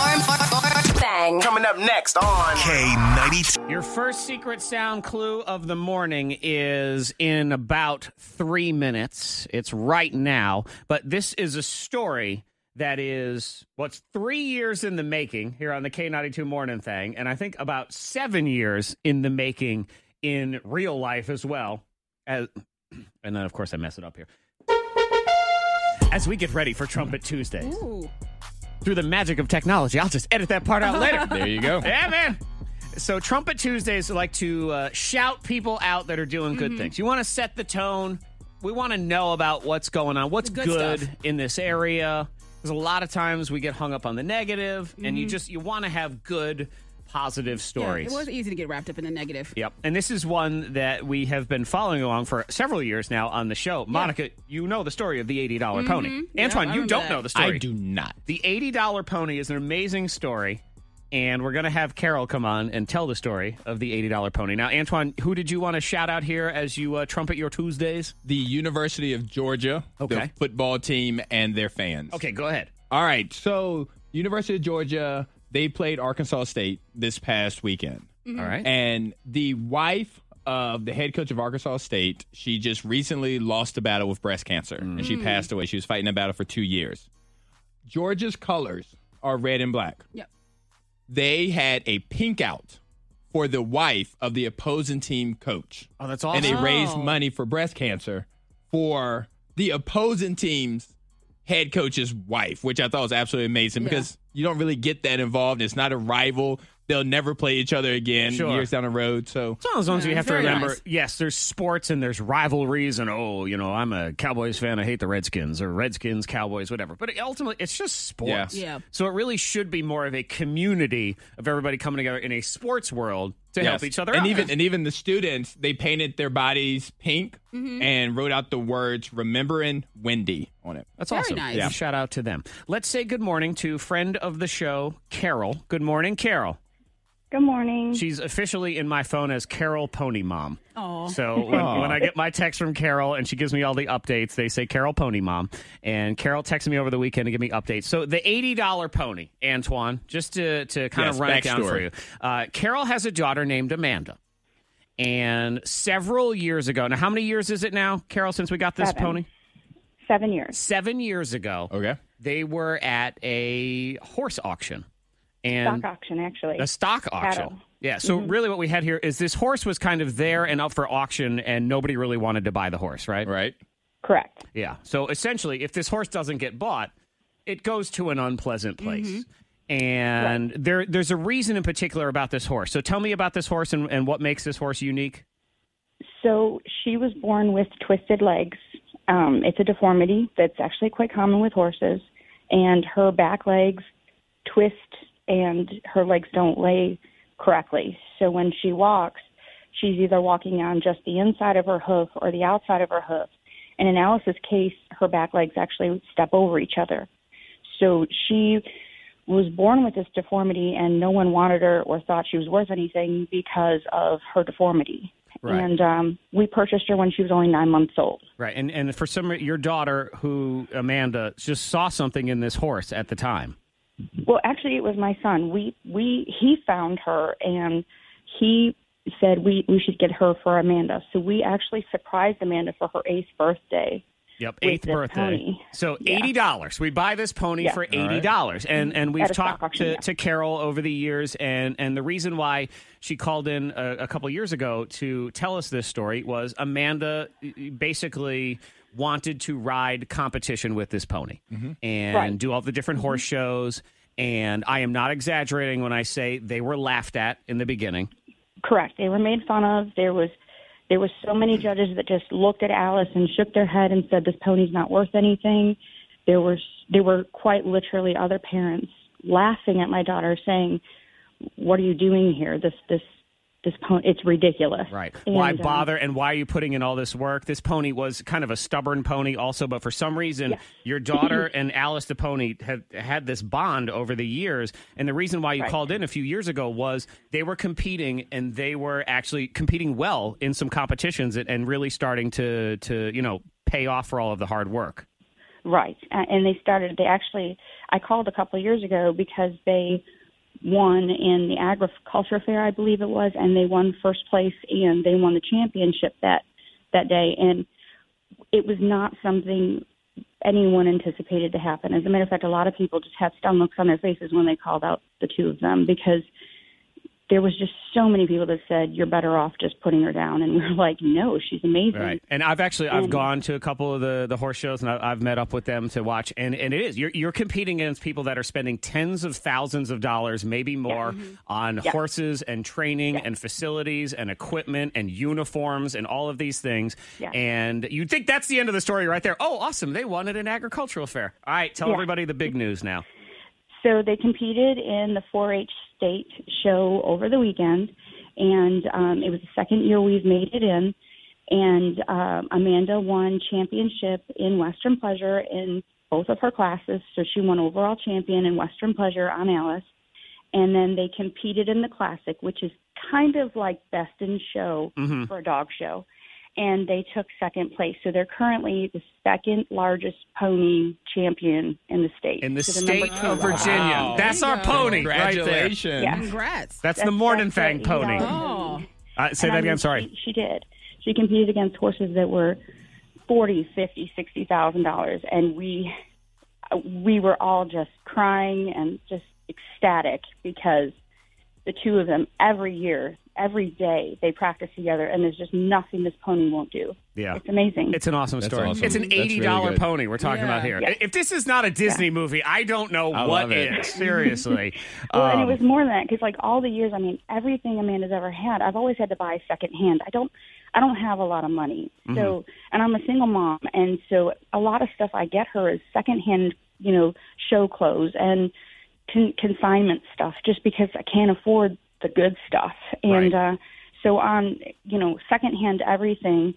Bang. Coming up next on K92. Your first secret sound clue of the morning is in about three minutes. It's right now, but this is a story that is what's three years in the making here on the K92 Morning Thing, and I think about seven years in the making in real life as well. As, and then, of course, I mess it up here. As we get ready for Trumpet Tuesday, Ooh. through the magic of technology, I'll just edit that part out later. There you go. Yeah, man. So Trumpet Tuesdays like to uh, shout people out that are doing Mm-hmm. good things. You want to set the tone. We want to know about what's going on, what's Good good, stuff. in this area. Because a lot of times we get hung up on the negative, and you just you want to have good, positive Mm-hmm. Yeah, stories. it was easy to get wrapped up in the negative. Yep. And this is one that we have been following along for several years now on the show. Monica, you know the story of the $80 dollars pony. Mm-hmm. Yeah, Antoine, I you remember don't that. know the story. I do not. The $80 pony is an amazing story. And we're going to have Carol come on and tell the story of the $80 pony. Now, Antoine, who did you want to shout out here as you uh, trumpet your Tuesdays? The University of Georgia, Okay. the football team and their fans. Okay, go ahead. All right. So University of Georgia, they played Arkansas State this past weekend. All right. And the wife of the head coach of Arkansas State, she just recently lost a battle with breast cancer and she passed away. She was fighting a battle for two years. Georgia's colors are red and black. Yep. They had a pink out for the wife of the opposing team coach. Oh, that's And they awesome. raised Oh. money for breast cancer for the opposing team's head coach's wife, which I thought was absolutely amazing Yeah. because you don't really get that involved. It's not a rival. they'll never play each other again Sure. years down the road. So It's one of those ones you have to remember. Yes, there's sports and there's rivalries, and oh, you know, I'm a Cowboys fan. I hate the Redskins or Redskins, Cowboys, whatever. But ultimately, it's just sports. Yeah. Yeah. So it really should be more of a community of everybody coming together in a sports world to help Yes. each other and out. even and even the students they painted their bodies pink Mhm. and wrote out the words "Remembering Wendy" on it. That's awesome. Yeah. Shout out to them. Let's say good morning to friend of the show, Carol. Good morning, Carol. Good morning. She's officially in my phone as Carol Pony Mom. Aw. So when, Aw. when I get my text from Carol and she gives me all the updates, they say Carol Pony Mom. And Carol texted me over the weekend to give me updates. So the $80 pony, Antoine, just to, to kind Yes, of run it down backstory. for you. Uh, Carol has a daughter named Amanda. And several years ago, now how many years is it now, Carol, since we got this Seven. pony? Seven years. Seven years ago. Okay. They were at a horse auction. And stock auction, actually. a stock auction. Cattle. Yeah. So Mhm. really, what we had here is this horse was kind of there and up for auction, and nobody really wanted to buy the horse, right? Right. Correct. Yeah. So essentially, if this horse doesn't get bought, it goes to an unpleasant place. And there, there's a reason in particular about this horse. So tell me about this horse and, and what makes this horse unique. So she was born with twisted legs. Um, it's a deformity that's actually quite common with horses, and her back legs twist and her legs don't lay correctly. So when she walks, she's either walking on just the inside of her hoof or the outside of her hoof. In an Alice's case, her back legs actually step over each other. So she was born with this deformity, and no one wanted her or thought she was worth anything because of her deformity. Right. And um, we purchased her when she was only nine months old. Right. And and for some, re- your daughter, who Amanda, just saw something in this horse at the time. Well, actually, it was my son. We we he found her and he said we we should get her for Amanda. So we actually surprised Amanda for her eighth birthday. Yep, with eighth this birthday. pony. So eighty dollars. We buy this pony Yeah. for All eighty dollars, and and we've At a stock talked auction, to, yeah. to Carol over the years, and and the reason why she called in a, a couple years ago to tell us this story was Amanda uh, basically wanted to ride competition with this pony and Right. do all the different Mm-hmm. horse shows. And I am not exaggerating when I say they were laughed at in the beginning. Correct. They were made fun of. There was there was so many judges that just looked at Alice and shook their head and said this pony's not worth anything. There were there were quite literally other parents laughing at my daughter saying, "What are you doing here? This this this pony it's ridiculous." Right. why bother and why are you putting in all this work? This pony was kind of a stubborn pony, also, but for some reason, your daughter and Alice the pony had had this bond over the years. And the reason why you called in a few years ago was they were competing and they were actually competing well in some competitions and, and really starting to to you know pay off for all of the hard work. Right. A- And they started, they actually, I called a couple of years ago because they won in the agriculture fair, I believe it was, and they won first place and they won the championship that, that day. And it was not something anyone anticipated to happen. As a matter of fact, a lot of people just had stun looks on their faces when they called out the two of them because there was just so many people that said, you're better off just putting her down. And we were like, no, she's amazing. Right. And I've actually I've And- gone to a couple of the the horse shows and I, I've met up with them to watch. And and it is you're you're competing against people that are spending tens of thousands of dollars, maybe more, Mm-hmm. on Yeah. horses and training and facilities and equipment and uniforms and all of these things. Yeah. And you'd think that's the end of the story right there. Oh, awesome! They won at an agricultural fair. All right, tell Yeah. everybody the big news now. So they competed in the 4-H state show over the weekend, and um, it was the second year we've made it in. And um, Amanda won championship in Western Pleasure in both of her classes, so she won overall champion in Western Pleasure on Alice. And then they competed in the classic, which is kind of like best in show Mm-hmm. Mhm. for a dog show. And they took second place. So they're currently the second largest pony champion in the state. In the So they're number state two. of Virginia, Wow. that's There our you go. pony right there. Congratulations. Yeah. Congrats. That's, the That's- morning that's fang right. pony. Oh. Uh, say that And I again. mean, Sorry. She, she did. She competed against horses that were forty, fifty, sixty thousand dollars, and we we were all just crying and just ecstatic because the two of them every year every day they practice together, and there's just nothing this pony won't do. Yeah. It's amazing. It's an awesome That's story. awesome. It's an That's really eighty dollar good. pony we're talking Yeah. about here. Yeah. If this is not a Disney movie, I don't know I what love it. is. Seriously. Well, and Um, it was more than that because, like, all the years, I mean, everything Amanda's ever had, I've always had to buy secondhand. I don't, I don't have a lot of money, Mm-hmm. so, Mhm. and I'm a single mom, and so a lot of stuff I get her is secondhand, you know, show clothes and con- consignment stuff, just because I can't afford the good stuff, and uh, so on, you know, secondhand everything.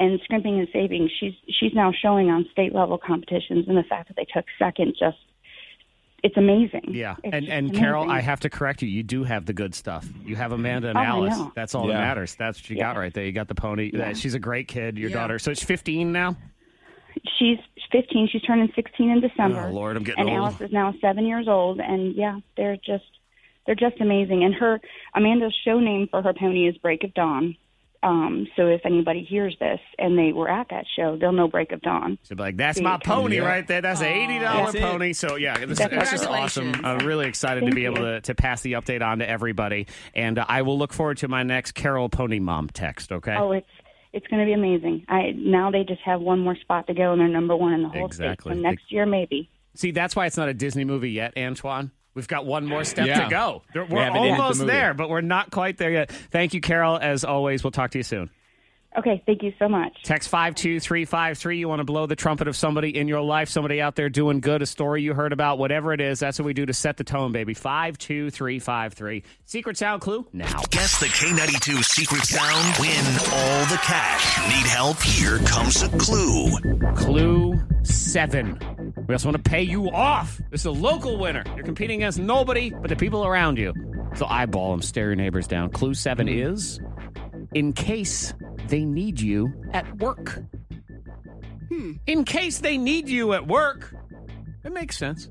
And scrimping and saving, she's she's now showing on state level competitions, and the fact that they took second just it's amazing. yeah. It's And just and Carol, amazing. I have to correct you. You do have the good stuff. You have Amanda and Oh, I Alice. know. That's all that Yeah. matters. That's what you got right there. You got the pony. Yeah. She's a great kid, your Yeah. daughter. So it's fifteen now? She's 15. She's turning 16 in December. Oh Lord, I'm getting and old. Alice is now seven years old, and yeah, they're just they're just amazing. And her Amanda's show name for her pony is Break of Dawn. Um, so if anybody hears this and they were at that show, they'll know Break of Dawn. So be like, that's my pony Yeah. right there. That's an eighty dollar That's it. pony. So yeah, this, That's it's just awesome. awesome. I'm really excited to Thank be able you. to, to pass the update on to everybody, and uh, I will look forward to my next Carol Pony Mom text. Okay. Oh, it's it's going to be amazing. I now they just have one more spot to go, and they're number one in the whole Exactly. state. So next year maybe. See, that's why it's not a Disney movie yet, Antoine. We've got one more step Yeah. to go. There- We We're haven't ended the almost movie. there, but we're not quite there yet. Thank you, Carol. As always, we'll talk to you soon. Okay, thank you so much. Text 52353. You want to blow the trumpet of somebody in your life, somebody out there doing good, a story you heard about, whatever it is. That's what we do to set the tone, baby. 52353. Secret sound clue now. Guess the K92 secret sound, win all the cash. Need help? Here comes a clue. Clue seven. We also want to pay you off. This is a local winner. You're competing against nobody but the people around you. So eyeball them, stare your neighbors down. Clue seven is in case they need you at work. Hmm. In case they need you at work. It makes sense.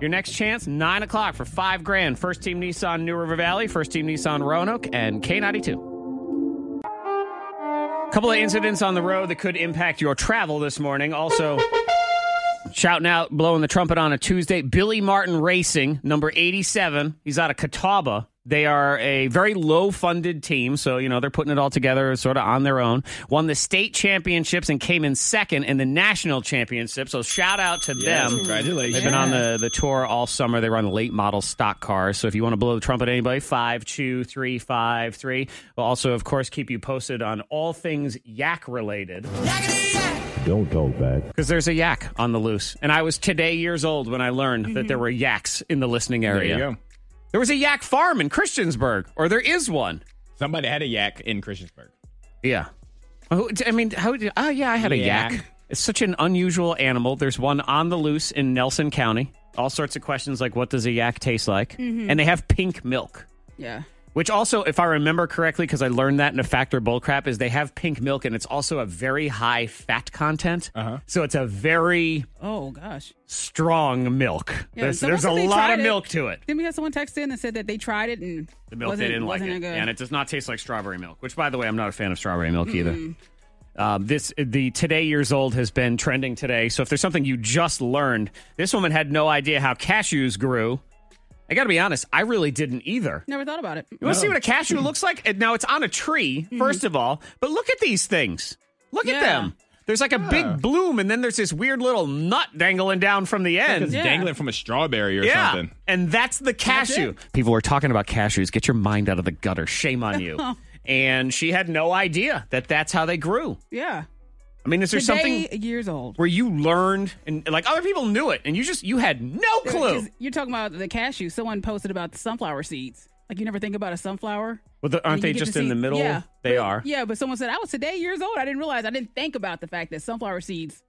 Your next chance, 9 o'clock for five grand. First Team Nissan New River Valley, First Team Nissan Roanoke, and K92. Couple of incidents on the road that could impact your travel this morning. Also, shouting out, blowing the trumpet on a Tuesday. Billy Martin Racing, number 87. He's out of Catawba. They are a very low funded team, so, you know, they're putting it all together sort of on their own. Won the state championships and came in second in the national championship, so shout out to Yes, them. congratulations. They've been on the, the tour all summer. They run late model stock cars. So if you want to blow the trumpet at anybody, five, two, three, five, three. We'll also, of course, keep you posted on all things yak related. Don't talk back. Because there's a yak on the loose. And I was today years old when I learned that there were yaks in the listening area. Mm-hmm. you go. There was a yak farm in Christiansburg, or there is one. Somebody had a yak in Christiansburg. Yeah. Oh, I mean, how? did- Oh, yeah, I had a Yak. yak. It's such an unusual animal. There's one on the loose in Nelson County. All sorts of questions like, what does a yak taste like? Mhm. And they have pink milk. Yeah. Which also, if I remember correctly, because I learned that in a factor bull crap, is they have pink milk and it's also a very high fat content. Uh-huh. So it's a very Oh gosh. strong milk. Yeah, there's so there's a once they lot of tried it- milk to it. Then we had someone text in that said that they tried it and The milk wasn't, they didn't like wasn't it, Good. and it does not taste like strawberry milk. Which, by the way, I'm not a fan of strawberry milk either. Um, this the today years old has been trending today. So if there's something you just learned, this woman had no idea how cashews grew. I got to be honest, I really didn't either. Never thought about it. You want to see what a cashew looks like? And Now it's on a tree, first of all, but look at these things. Look at Mm-hmm. Yeah. them. There's like a big bloom, and then there's this weird little nut dangling down from the end. It's dangling from a strawberry or yeah. something. And that's the cashew. People were talking about cashews. Get your mind out of the gutter. Shame on you. and she had no idea that that's how they grew. Yeah. I mean, is there Today, something years old? where you learned and like other people knew it and you just you had no clue? 'Cause You're talking about the cashew. Someone posted about the sunflower seeds. Like you never think about a sunflower. Well, the, aren't And you they get to just in see- the middle? Yeah. They are. Yeah, but someone said I was today years old. I didn't realize. I didn't think about the fact that sunflower seeds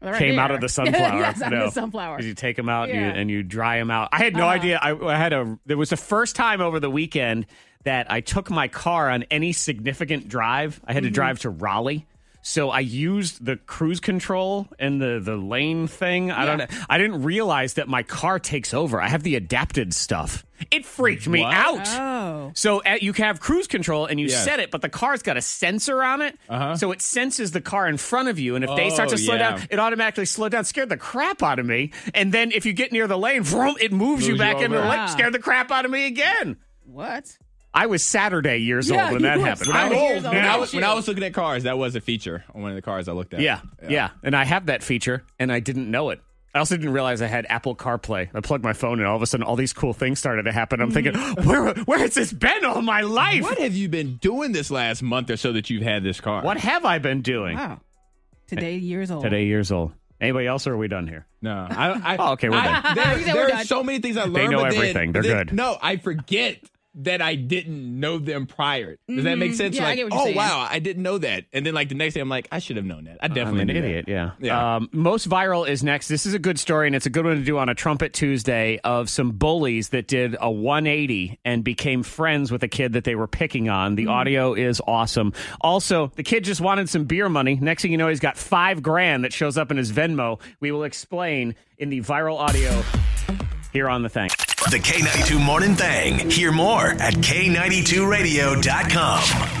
are right came out there. of the sunflower. yes, out No. of the sunflower. 'Cause you take them out and you- Yeah. and you dry them out. I had no Uh-huh. idea. I, I had a. There was the first time over the weekend that I took my car on any significant drive. I had Mhm. to drive to Raleigh. So I used the cruise control and the, the lane thing. I don't know. I didn't realize that my car takes over. I have the adapted stuff. It freaked me What? out. Oh. So uh, you can have cruise control and you Yes. set it, but the car's got a sensor on it. Uh-huh. So it senses the car in front of you. And if they start Oh, to slow yeah. down, it automatically slowed down, scared the crap out of me. And then if you get near the lane, vroom, it moves you Moves back you into the over. lane, scared the crap out of me again. What? I was Saturday years Yeah, old when you that were happened. Saturday I'm years old. When I was- when I was looking at cars, that was a feature on one of the cars I looked at. Yeah, yeah, And I have that feature, and I didn't know it. I also didn't realize I had Apple CarPlay. I plugged my phone, and all of a sudden, all these cool things started to happen. I'm thinking, where, where has this been all my life? Mm. What have you been doing this last month or so that you've had this car? What have I been doing? Wow. Today, years old. Today, years old. Anybody else, or are we done here? No. I, I, oh, okay, we're done. I- there You said we're there are done. so many things I learned. They know but then- everything. They're then- good. No, I forget that I didn't know them prior. Does that make Mhm. sense? Yeah, I like, get what you're oh saying. wow, I didn't know that. And then like the next day, I'm like, I should have known that. I Oh, I'm definitely an knew that. idiot. Yeah. Yeah. Um, most viral is next. This is a good story, and it's a good one to do on a Trumpet Tuesday of some bullies that did a 180 and became friends with a kid that they were picking on. Mm. The audio is awesome. Also, the kid just wanted some beer money. Next thing you know, he's got five grand that shows up in his Venmo. We will explain in the viral audio here on the thing. The K92 Morning Thing. Hear more at K92Radio.com.